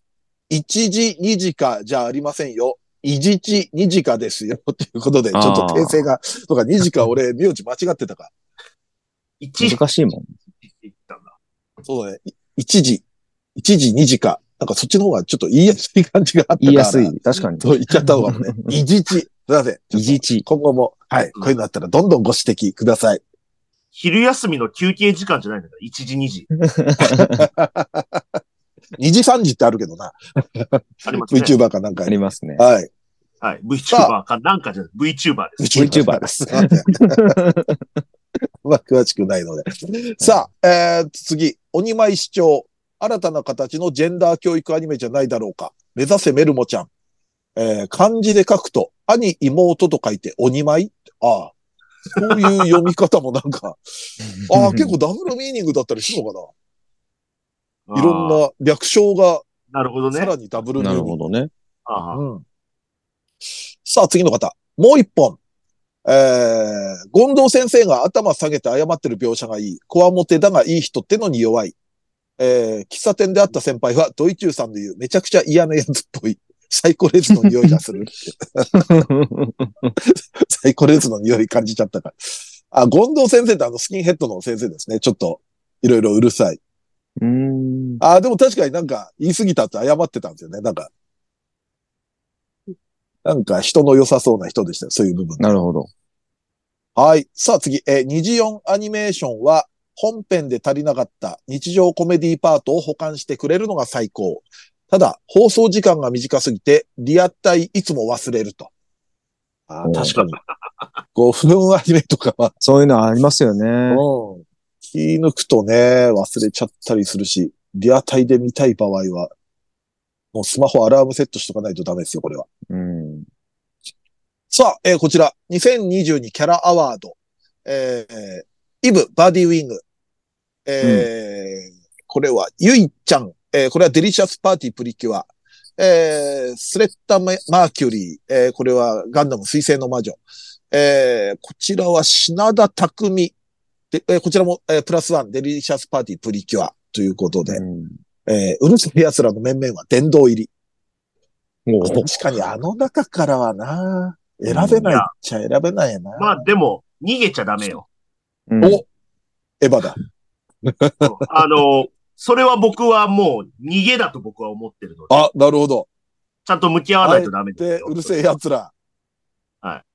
[SPEAKER 2] 1時2時かじゃありませんよ。1時2時かですよ。 ということで、ちょっと訂正が、とか2時か俺、名字間違ってたか。
[SPEAKER 4] 一
[SPEAKER 3] 難しいもん。
[SPEAKER 4] 言ったんだ。
[SPEAKER 2] そうだね。1時、1時2時か。なんかそっちの方がちょっと言いやすい感じがあったから。
[SPEAKER 3] 言いやすい。確かに。
[SPEAKER 2] そう言っちゃった方が ね。いじち。すいません。
[SPEAKER 3] いじち。
[SPEAKER 2] 今後も、はい。こういうのあったらどんどんご指摘ください。
[SPEAKER 4] 昼休みの休憩時間じゃないんだから、1時、2時。
[SPEAKER 2] 2時3時ってあるけどな。
[SPEAKER 4] ありますね。
[SPEAKER 2] VTuber かなんか
[SPEAKER 3] あ。りますね。
[SPEAKER 2] はい。
[SPEAKER 4] はい。VTuber かなんかじゃない。VTuber です。
[SPEAKER 3] VTuber です
[SPEAKER 2] す。まあ、詳しくないので。さあ、えー、次、鬼舞市長。新たな形のジェンダー教育アニメじゃないだろうか。目指せメルモちゃん。えー、漢字で書くと、兄、妹と書いて鬼舞ああ。そういう読み方もなん か、ああ、結構ダブルミーニングだったりするのかな。いろん
[SPEAKER 4] あー。
[SPEAKER 2] な略称が
[SPEAKER 4] なるほどね
[SPEAKER 2] さ。らにダブルミー
[SPEAKER 3] な
[SPEAKER 2] ニ
[SPEAKER 3] る
[SPEAKER 2] ング
[SPEAKER 3] ほどね。
[SPEAKER 4] あー
[SPEAKER 2] うんさあ、次の方。もう一本。えー、権藤先生が頭下げて謝ってる描写がいい。こわもてだがいい人ってのに弱い。えー、喫茶店で会った先輩はドイチューさんの言うめちゃくちゃ嫌なやつっぽい。サイコレズの匂いがす る。サイコレズの匂い感じちゃったから。あ、権藤先生ってあのスキンヘッドの先生ですね。ちょっと、いろいろうるさい。
[SPEAKER 3] うーん。
[SPEAKER 2] あ、でも確かになんか言い過ぎたって謝ってたんですよね。なんか。なんか人の良さそうな人でしたよ。そういう部分。
[SPEAKER 3] なるほど。
[SPEAKER 2] はい。さあ次、えー、二次四アニメーションは、本編で足りなかった日常コメディパートを補完してくれるのが最高。ただ、放送時間が短すぎて、リアタイいつも忘れると。あ
[SPEAKER 3] うん
[SPEAKER 2] ー確かに。5分アニメとかは、
[SPEAKER 3] そういうのありますよね。
[SPEAKER 2] うん気抜くとね、忘れちゃったりするし、リアタイで見たい場合は、もうスマホアラームセットしとかないとダメですよ、これは。
[SPEAKER 3] うん。
[SPEAKER 2] さあ、えーこちら、2022キャラアワード、えーイブ、バディウィング、えーこれは、ゆいちゃん、えーこれはデリシャスパーティープリキュア、えースレッタママーキュリー、えーこれはガンダム水星の魔女、えーこちらは品田匠、でえーこちらも、えープラスワン、デリシャスパーティープリキュアということで、えーうるせえ奴らの面々は殿堂入り。
[SPEAKER 3] も
[SPEAKER 2] 確かにあの中からはな、選べないっちゃ選べないやな。
[SPEAKER 4] まあでも、逃げちゃダメよ。
[SPEAKER 3] うん、
[SPEAKER 2] おエヴァだ。
[SPEAKER 4] あの、それは僕はもう逃げだと僕は思ってるので、
[SPEAKER 2] あ、なるほど。
[SPEAKER 4] ちゃんと向き合わないとダメです
[SPEAKER 2] で
[SPEAKER 4] よ、。
[SPEAKER 2] うるせえ奴ら。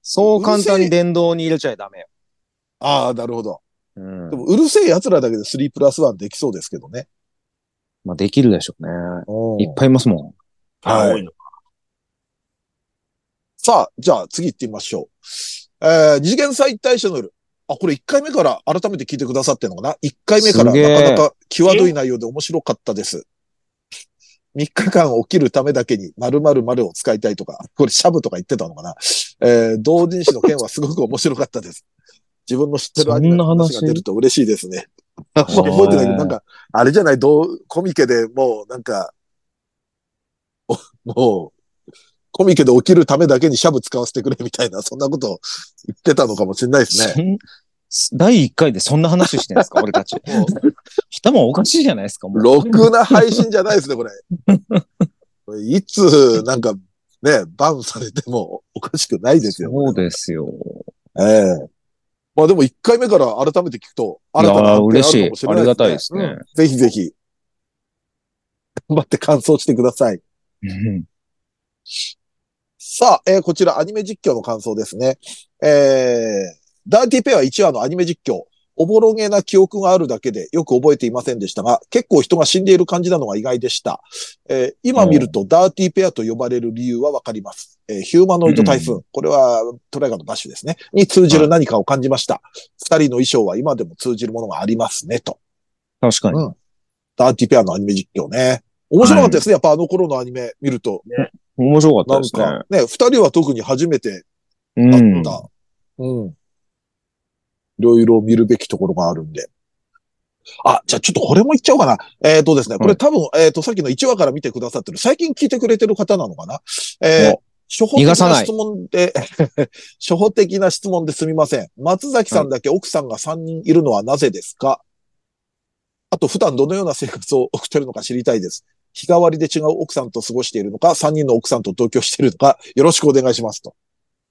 [SPEAKER 3] そう簡単に電動に入れちゃダメよ。
[SPEAKER 2] ああ、なるほど。
[SPEAKER 3] うん
[SPEAKER 2] でも、うるせえ奴らだけで3プラス1できそうですけどね。
[SPEAKER 3] まあ、できるでしょうね。いっぱいいますも
[SPEAKER 4] 多いの
[SPEAKER 2] さあ、じゃあ次行ってみましょう。えー、二次元再大社の夜。あ、これ1回目から改めて聞いてくださってるのかな ?1 回目から
[SPEAKER 3] すげえ
[SPEAKER 2] なかなか際どい内容で面白かったです。3日間起きるためだけに〇〇〇を使いたいとか、これシャブとか言ってたのかなえー、同人誌の件はすごく面白かったです。自分の知ってるアニメの話が出ると嬉しいですね。あもう覚えてないけど、なんか、あれじゃない、どう、コミケでもう、なんか、おもう、コミケで起きるためだけにシャブ使わせてくれみたいな、そんなこと言ってたのかもしれないです ね。
[SPEAKER 3] そん第1回でそんな話してるんですか、俺 たち。頭おかしいじゃないですか、もう。
[SPEAKER 2] ろくな配信じゃないですね、これ。これいつ、なんか、ね、バンされてもおかしくないですよ。
[SPEAKER 3] そうですよ。
[SPEAKER 2] ええまあでも1回目から改めて聞くと、
[SPEAKER 3] い
[SPEAKER 2] 新
[SPEAKER 3] や
[SPEAKER 2] たな発
[SPEAKER 3] ー
[SPEAKER 2] 見
[SPEAKER 3] 嬉し
[SPEAKER 2] る
[SPEAKER 3] い
[SPEAKER 2] かも。し
[SPEAKER 3] あ
[SPEAKER 2] れな
[SPEAKER 3] り
[SPEAKER 2] い
[SPEAKER 3] がたいですね。
[SPEAKER 2] ぜひぜひ。頑張って感想してください。
[SPEAKER 3] うん
[SPEAKER 2] さあ、えーこちらアニメ実況の感想ですね。えー、ダーティーペア1話のアニメ実況。おぼろげな記憶があるだけでよく覚えていませんでしたが、結構人が死んでいる感じなのが意外でした。えー今見るとダーティーペアと呼ばれる理由はわかります。えーヒューマノイドタイフーン。これはトライガーのバッシュですね。に通じる何かを感じました。二人の衣装は今でも通じるものがありますね、と。
[SPEAKER 3] 確かに。
[SPEAKER 2] ダーティーペアのアニメ実況ね。面白かったですね。やっぱあの頃のアニメ見ると。
[SPEAKER 3] 面白か
[SPEAKER 2] な
[SPEAKER 3] った
[SPEAKER 2] ん
[SPEAKER 3] です
[SPEAKER 2] かね、二人は特に初めてだっ
[SPEAKER 3] ね。うん。
[SPEAKER 2] た。うん。いろいろ見るべきところがあるんで。あ、じゃあちょっとこれも言っちゃおうかな。えっ、とですね、こ
[SPEAKER 3] は
[SPEAKER 2] れ
[SPEAKER 3] い
[SPEAKER 2] 多分、えっ、と、さっきの1話から見てくださってる、最近聞いてくれてる方なのかなえー
[SPEAKER 3] お
[SPEAKER 2] 初歩的
[SPEAKER 3] 逃がさ
[SPEAKER 2] な
[SPEAKER 3] ない
[SPEAKER 2] 質問で、 初歩的な質問ですみません。松崎さんだけ奥さんが3人いるのはなぜですか、あと、普段どのような生活を送ってるのか知りたいです。日替わりで違う奥さんと過ごしているのか、3人の奥さんと同居しているのか、よろしくお願いしますと。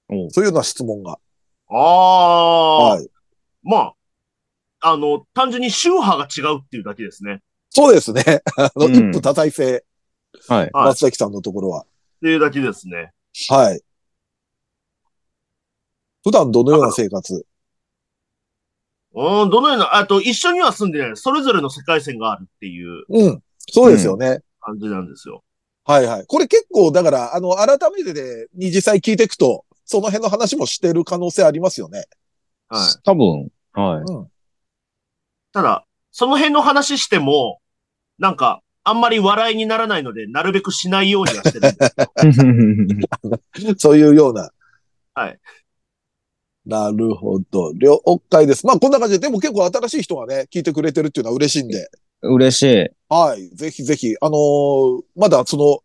[SPEAKER 3] お
[SPEAKER 2] そういうような質問が。
[SPEAKER 4] ああ
[SPEAKER 2] は、い。
[SPEAKER 4] まあ、あの、単純に宗派が違うっていうだけですね。
[SPEAKER 2] そうですね。あの、
[SPEAKER 3] うん
[SPEAKER 2] 一夫多妻制、
[SPEAKER 3] はい。
[SPEAKER 4] はい
[SPEAKER 2] 松崎さんのところは。
[SPEAKER 4] っていうだけですね。
[SPEAKER 2] はい。普段どのような生活
[SPEAKER 4] うん、どのような、あと一緒には住んでない。それぞれの世界線があるっていう
[SPEAKER 2] うん。そうですよね。
[SPEAKER 4] 感じなんですよ。
[SPEAKER 2] はいはい。これ結構、だから、あの、改めてで、に実際聞いていくと、その辺の話もしてる可能性ありますよね。
[SPEAKER 4] はい。
[SPEAKER 3] 多分、はい。
[SPEAKER 2] うん。
[SPEAKER 4] ただ、その辺の話しても、なんか、あんまり笑いにならないので、なるべくしないようにはしてるんです。
[SPEAKER 2] そういうような。
[SPEAKER 4] はい。
[SPEAKER 2] なるほど。了解です。まあ、こんな感じで、でも結構新しい人がね、聞いてくれてるっていうのは嬉しいんで。
[SPEAKER 3] 嬉しい。
[SPEAKER 2] はい。ぜひぜひ、あのーまだその、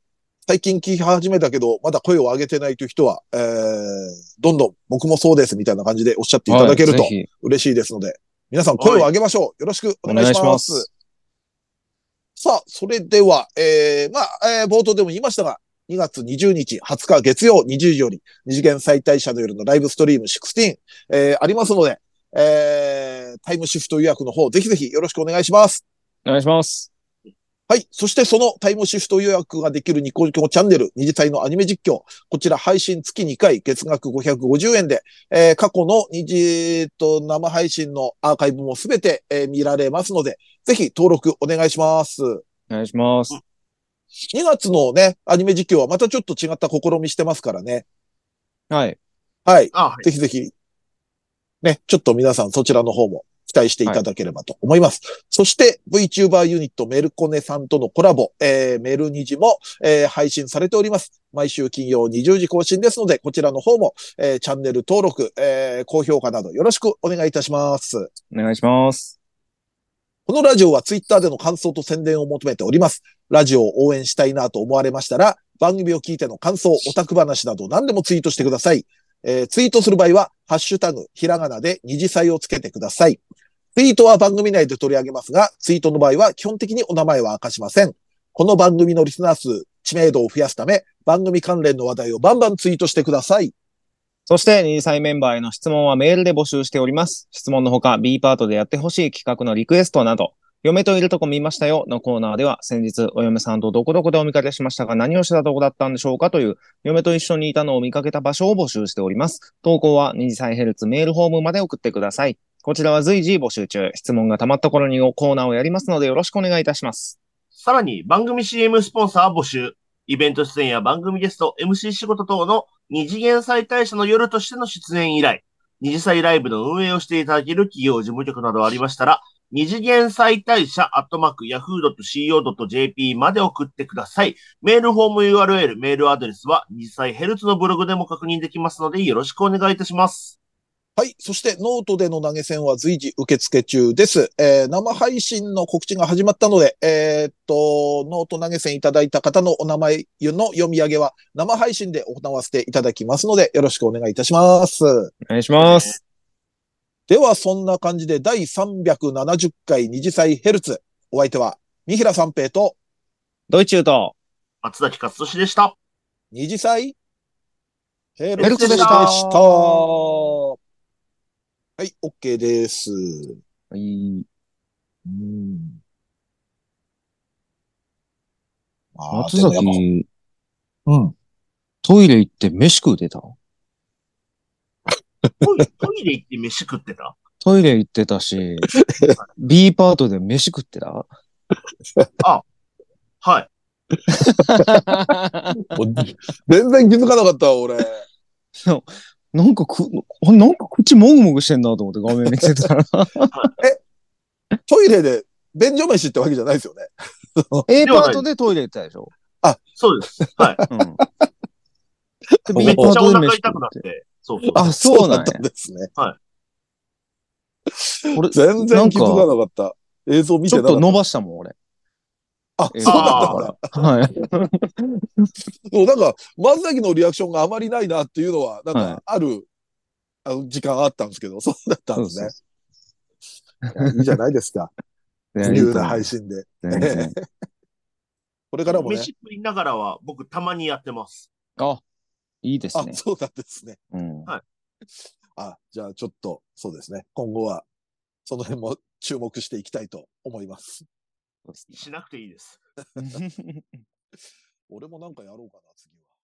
[SPEAKER 2] 最近聞き始めたけど、まだ声を上げてないという人は、えー、どんどん僕もそうですみたいな感じでおっしゃっていただけると
[SPEAKER 3] はいぜひ
[SPEAKER 2] 嬉しいですので、皆さん声を上げましょう。よろしくお
[SPEAKER 3] お
[SPEAKER 2] 願い
[SPEAKER 3] 願い
[SPEAKER 2] し
[SPEAKER 3] し
[SPEAKER 2] ま。
[SPEAKER 3] ますす。
[SPEAKER 2] さあ、それでは、えー、まあ、えー冒頭でも言いましたが、2月20日、20日月曜20時より、二次元再退社の夜のライブストリーム16、えー、ありますので、えー、タイムシフト予約の方、ぜひぜひよろしくお願いします。
[SPEAKER 3] お願いします。
[SPEAKER 2] はい。そしてそのタイムシフト予約ができるニコニコチャンネル、二次隊のアニメ実況。こちら配信月2回、月額550円で、えー過去の二次、えーと、生配信のアーカイブもすべて、えー見られますので、ぜひ登録お願いします。
[SPEAKER 3] お願いします。
[SPEAKER 2] 2月のね、アニメ実況はまたちょっと違った試みしてますからね。
[SPEAKER 3] はい。
[SPEAKER 2] はい。
[SPEAKER 4] あ、はい。
[SPEAKER 2] ぜひぜひ、ね、ちょっと皆さんそちらの方も期待していただければと思います。そして VTuber ユニットメルコネさんとのコラボ、えー、メルニジも、えー配信されております。毎週金曜20時更新ですので、こちらの方も、えーチャンネル登録、えー高評価などよろしくお願いいたします。
[SPEAKER 3] お願いします。
[SPEAKER 2] このラジオはツイッターでの感想と宣伝を求めております。ラジオを応援したいなと思われましたら、番組を聞いての感想、オタク話など何でもツイートしてください。えーツイートする場合は、ハッシュタグ、ひらがなで二次祭をつけてください。ツイートは番組内で取り上げますが、ツイートの場合は基本的にお名前は明かしません。この番組のリスナー数、知名度を増やすため、番組関連の話題をバンバンツイートしてください。
[SPEAKER 3] そして、二次祭メンバーへの質問はメールで募集しております。質問のほか、B パートでやってほしい企画のリクエストなど、嫁といるとこ見ましたよのコーナーでは、先日、お嫁さんとどこどこでお見かけしましたが、何をしてたとこだったんでしょうかという、嫁と一緒にいたのを見かけた場所を募集しております。投稿は二次祭ヘルツメールフォームまで送ってください。こちらは随時募集中。質問が溜まった頃にコーナーをやりますので、よろしくお願いいたします。
[SPEAKER 4] さらに、番組 CM スポンサー募集。イベント出演や番組ゲスト、MC 仕事等の二次元再大社の夜としての出演以来、二次祭ライブの運営をしていただける企業事務局などありましたら、二次元再大社アットマーク yahoo.co.jp まで送ってください。メールフォーム URL、メールアドレスは二次祭ヘルツのブログでも確認できますのでよろしくお願いいたします。
[SPEAKER 2] はい。そして、ノートでの投げ銭は随時受付中です。えー生配信の告知が始まったので、えーっと、ノート投げ銭いただいた方のお名前の読み上げは、生配信で行わせていただきますので、よろしくお願いいたします。
[SPEAKER 3] お願いします。
[SPEAKER 2] では、そんな感じで、第370回二次祭ヘルツ。お相手は、三平三平と、
[SPEAKER 3] ドイチューと、
[SPEAKER 4] 松崎勝利でした。
[SPEAKER 2] 二次祭ヘ
[SPEAKER 3] ヘルツでした
[SPEAKER 2] したはい、OK です。
[SPEAKER 3] はい
[SPEAKER 2] うんあー
[SPEAKER 3] 松
[SPEAKER 2] でもやっ
[SPEAKER 3] 崎、
[SPEAKER 2] ぱうん。
[SPEAKER 3] トイレ行って飯食うてた
[SPEAKER 4] トイレトイレ行って飯食ってた
[SPEAKER 3] トイレ行ってた し、B パートで飯食ってた
[SPEAKER 4] はい。
[SPEAKER 2] 全然気づかなかったわ、俺。
[SPEAKER 3] なんかく、なんか口もぐもぐしてんなと思って画面見てた ら。
[SPEAKER 2] トイレで便所飯ってわけじゃないですよね。
[SPEAKER 3] A パートでトイレ行ってたでしょ
[SPEAKER 4] そうです。はい。
[SPEAKER 3] うん。
[SPEAKER 2] め
[SPEAKER 3] で
[SPEAKER 4] めっ
[SPEAKER 3] B パ
[SPEAKER 4] ちゃ
[SPEAKER 3] ー
[SPEAKER 4] お
[SPEAKER 3] トで
[SPEAKER 4] 腹
[SPEAKER 3] 飯
[SPEAKER 4] 痛く
[SPEAKER 3] 食
[SPEAKER 4] な
[SPEAKER 3] っ。
[SPEAKER 4] ってて。そうそう。
[SPEAKER 3] あ、そうな
[SPEAKER 2] だ
[SPEAKER 3] んや
[SPEAKER 2] ったん。ですね。
[SPEAKER 3] 俺
[SPEAKER 2] 全然気づかなかった。映像見
[SPEAKER 3] ち
[SPEAKER 2] て
[SPEAKER 3] ょ
[SPEAKER 2] な
[SPEAKER 3] っ
[SPEAKER 2] かった。
[SPEAKER 3] と伸ばしたもん、俺。
[SPEAKER 2] あ、
[SPEAKER 3] え
[SPEAKER 2] そ
[SPEAKER 3] ー
[SPEAKER 2] うだったか
[SPEAKER 4] あ
[SPEAKER 2] ら。
[SPEAKER 3] はい。
[SPEAKER 2] そう、なんか、松崎のリアクションがあまりないなっていうのは、なん
[SPEAKER 3] はい
[SPEAKER 2] か、ある、あの、時間あったんですけど、そうだったんですね。いやいいじゃないです か。自由な配信で。
[SPEAKER 3] 全然
[SPEAKER 2] これからもね。
[SPEAKER 4] 飯食いながらは僕たまにやってます。
[SPEAKER 3] あ、いいです
[SPEAKER 2] あ、
[SPEAKER 3] ね。
[SPEAKER 2] そうなんですね。
[SPEAKER 3] うん
[SPEAKER 4] はい
[SPEAKER 2] あ、じゃあちょっと、そうですね。今後は、その辺も注目していきたいと思います。
[SPEAKER 3] そうですね
[SPEAKER 4] しなくていいです。
[SPEAKER 2] 俺もなんかやろうかな、次。